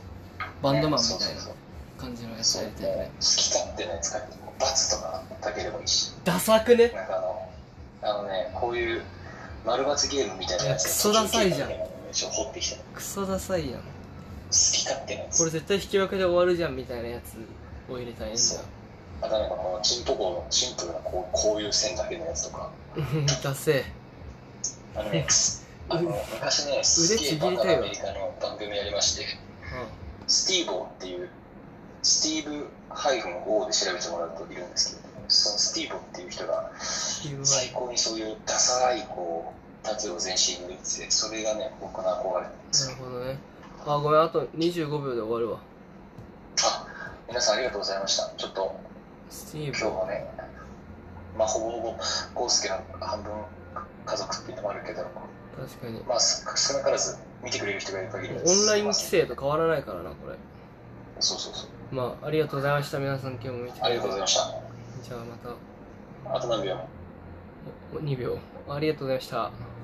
バンドマンみたいなそう感じのやつそうそうやりたいよね好き勝手なやつ書いてこうバツとかだけでもいいしダサくねなんかあのあのねこういう丸×ゲームみたいなやついやクソダサいじゃんめっちょ掘ってきて好クソダサいやんき勝手なやつこれ絶対引き分けで終わるじゃんみたいなやつを入れたいんだそうあとなんかこのチンポコのシンプルなこうこういう線だけのやつとかうん *laughs* ダセあのね、あの昔ね、すげえバカなアメリカの番組やりまして、えスティーボーっていう、スティーブハイフン O で調べてもらうといるんですけど、そのスティーボーっていう人うがん最高にそういうダサいこうタトゥーを全身に塗りつけて、それがね、僕の憧れなんですなるよ。ほどねあごめんあと25秒で終わるわあ、皆さんありがとうございました。ちょっとスティ今日ーブもね、まあほぼほぼ、コウスケの半分家族っていうのもあるけど、確かにまあ少なからず見てくれる人がいる限りですオンライン規制と変わらないからなこれそうそうそう。まあありがとうございました皆さん今日も見てあくりれがてとうございました。じゃあまたあと何秒お2秒ありがとうございました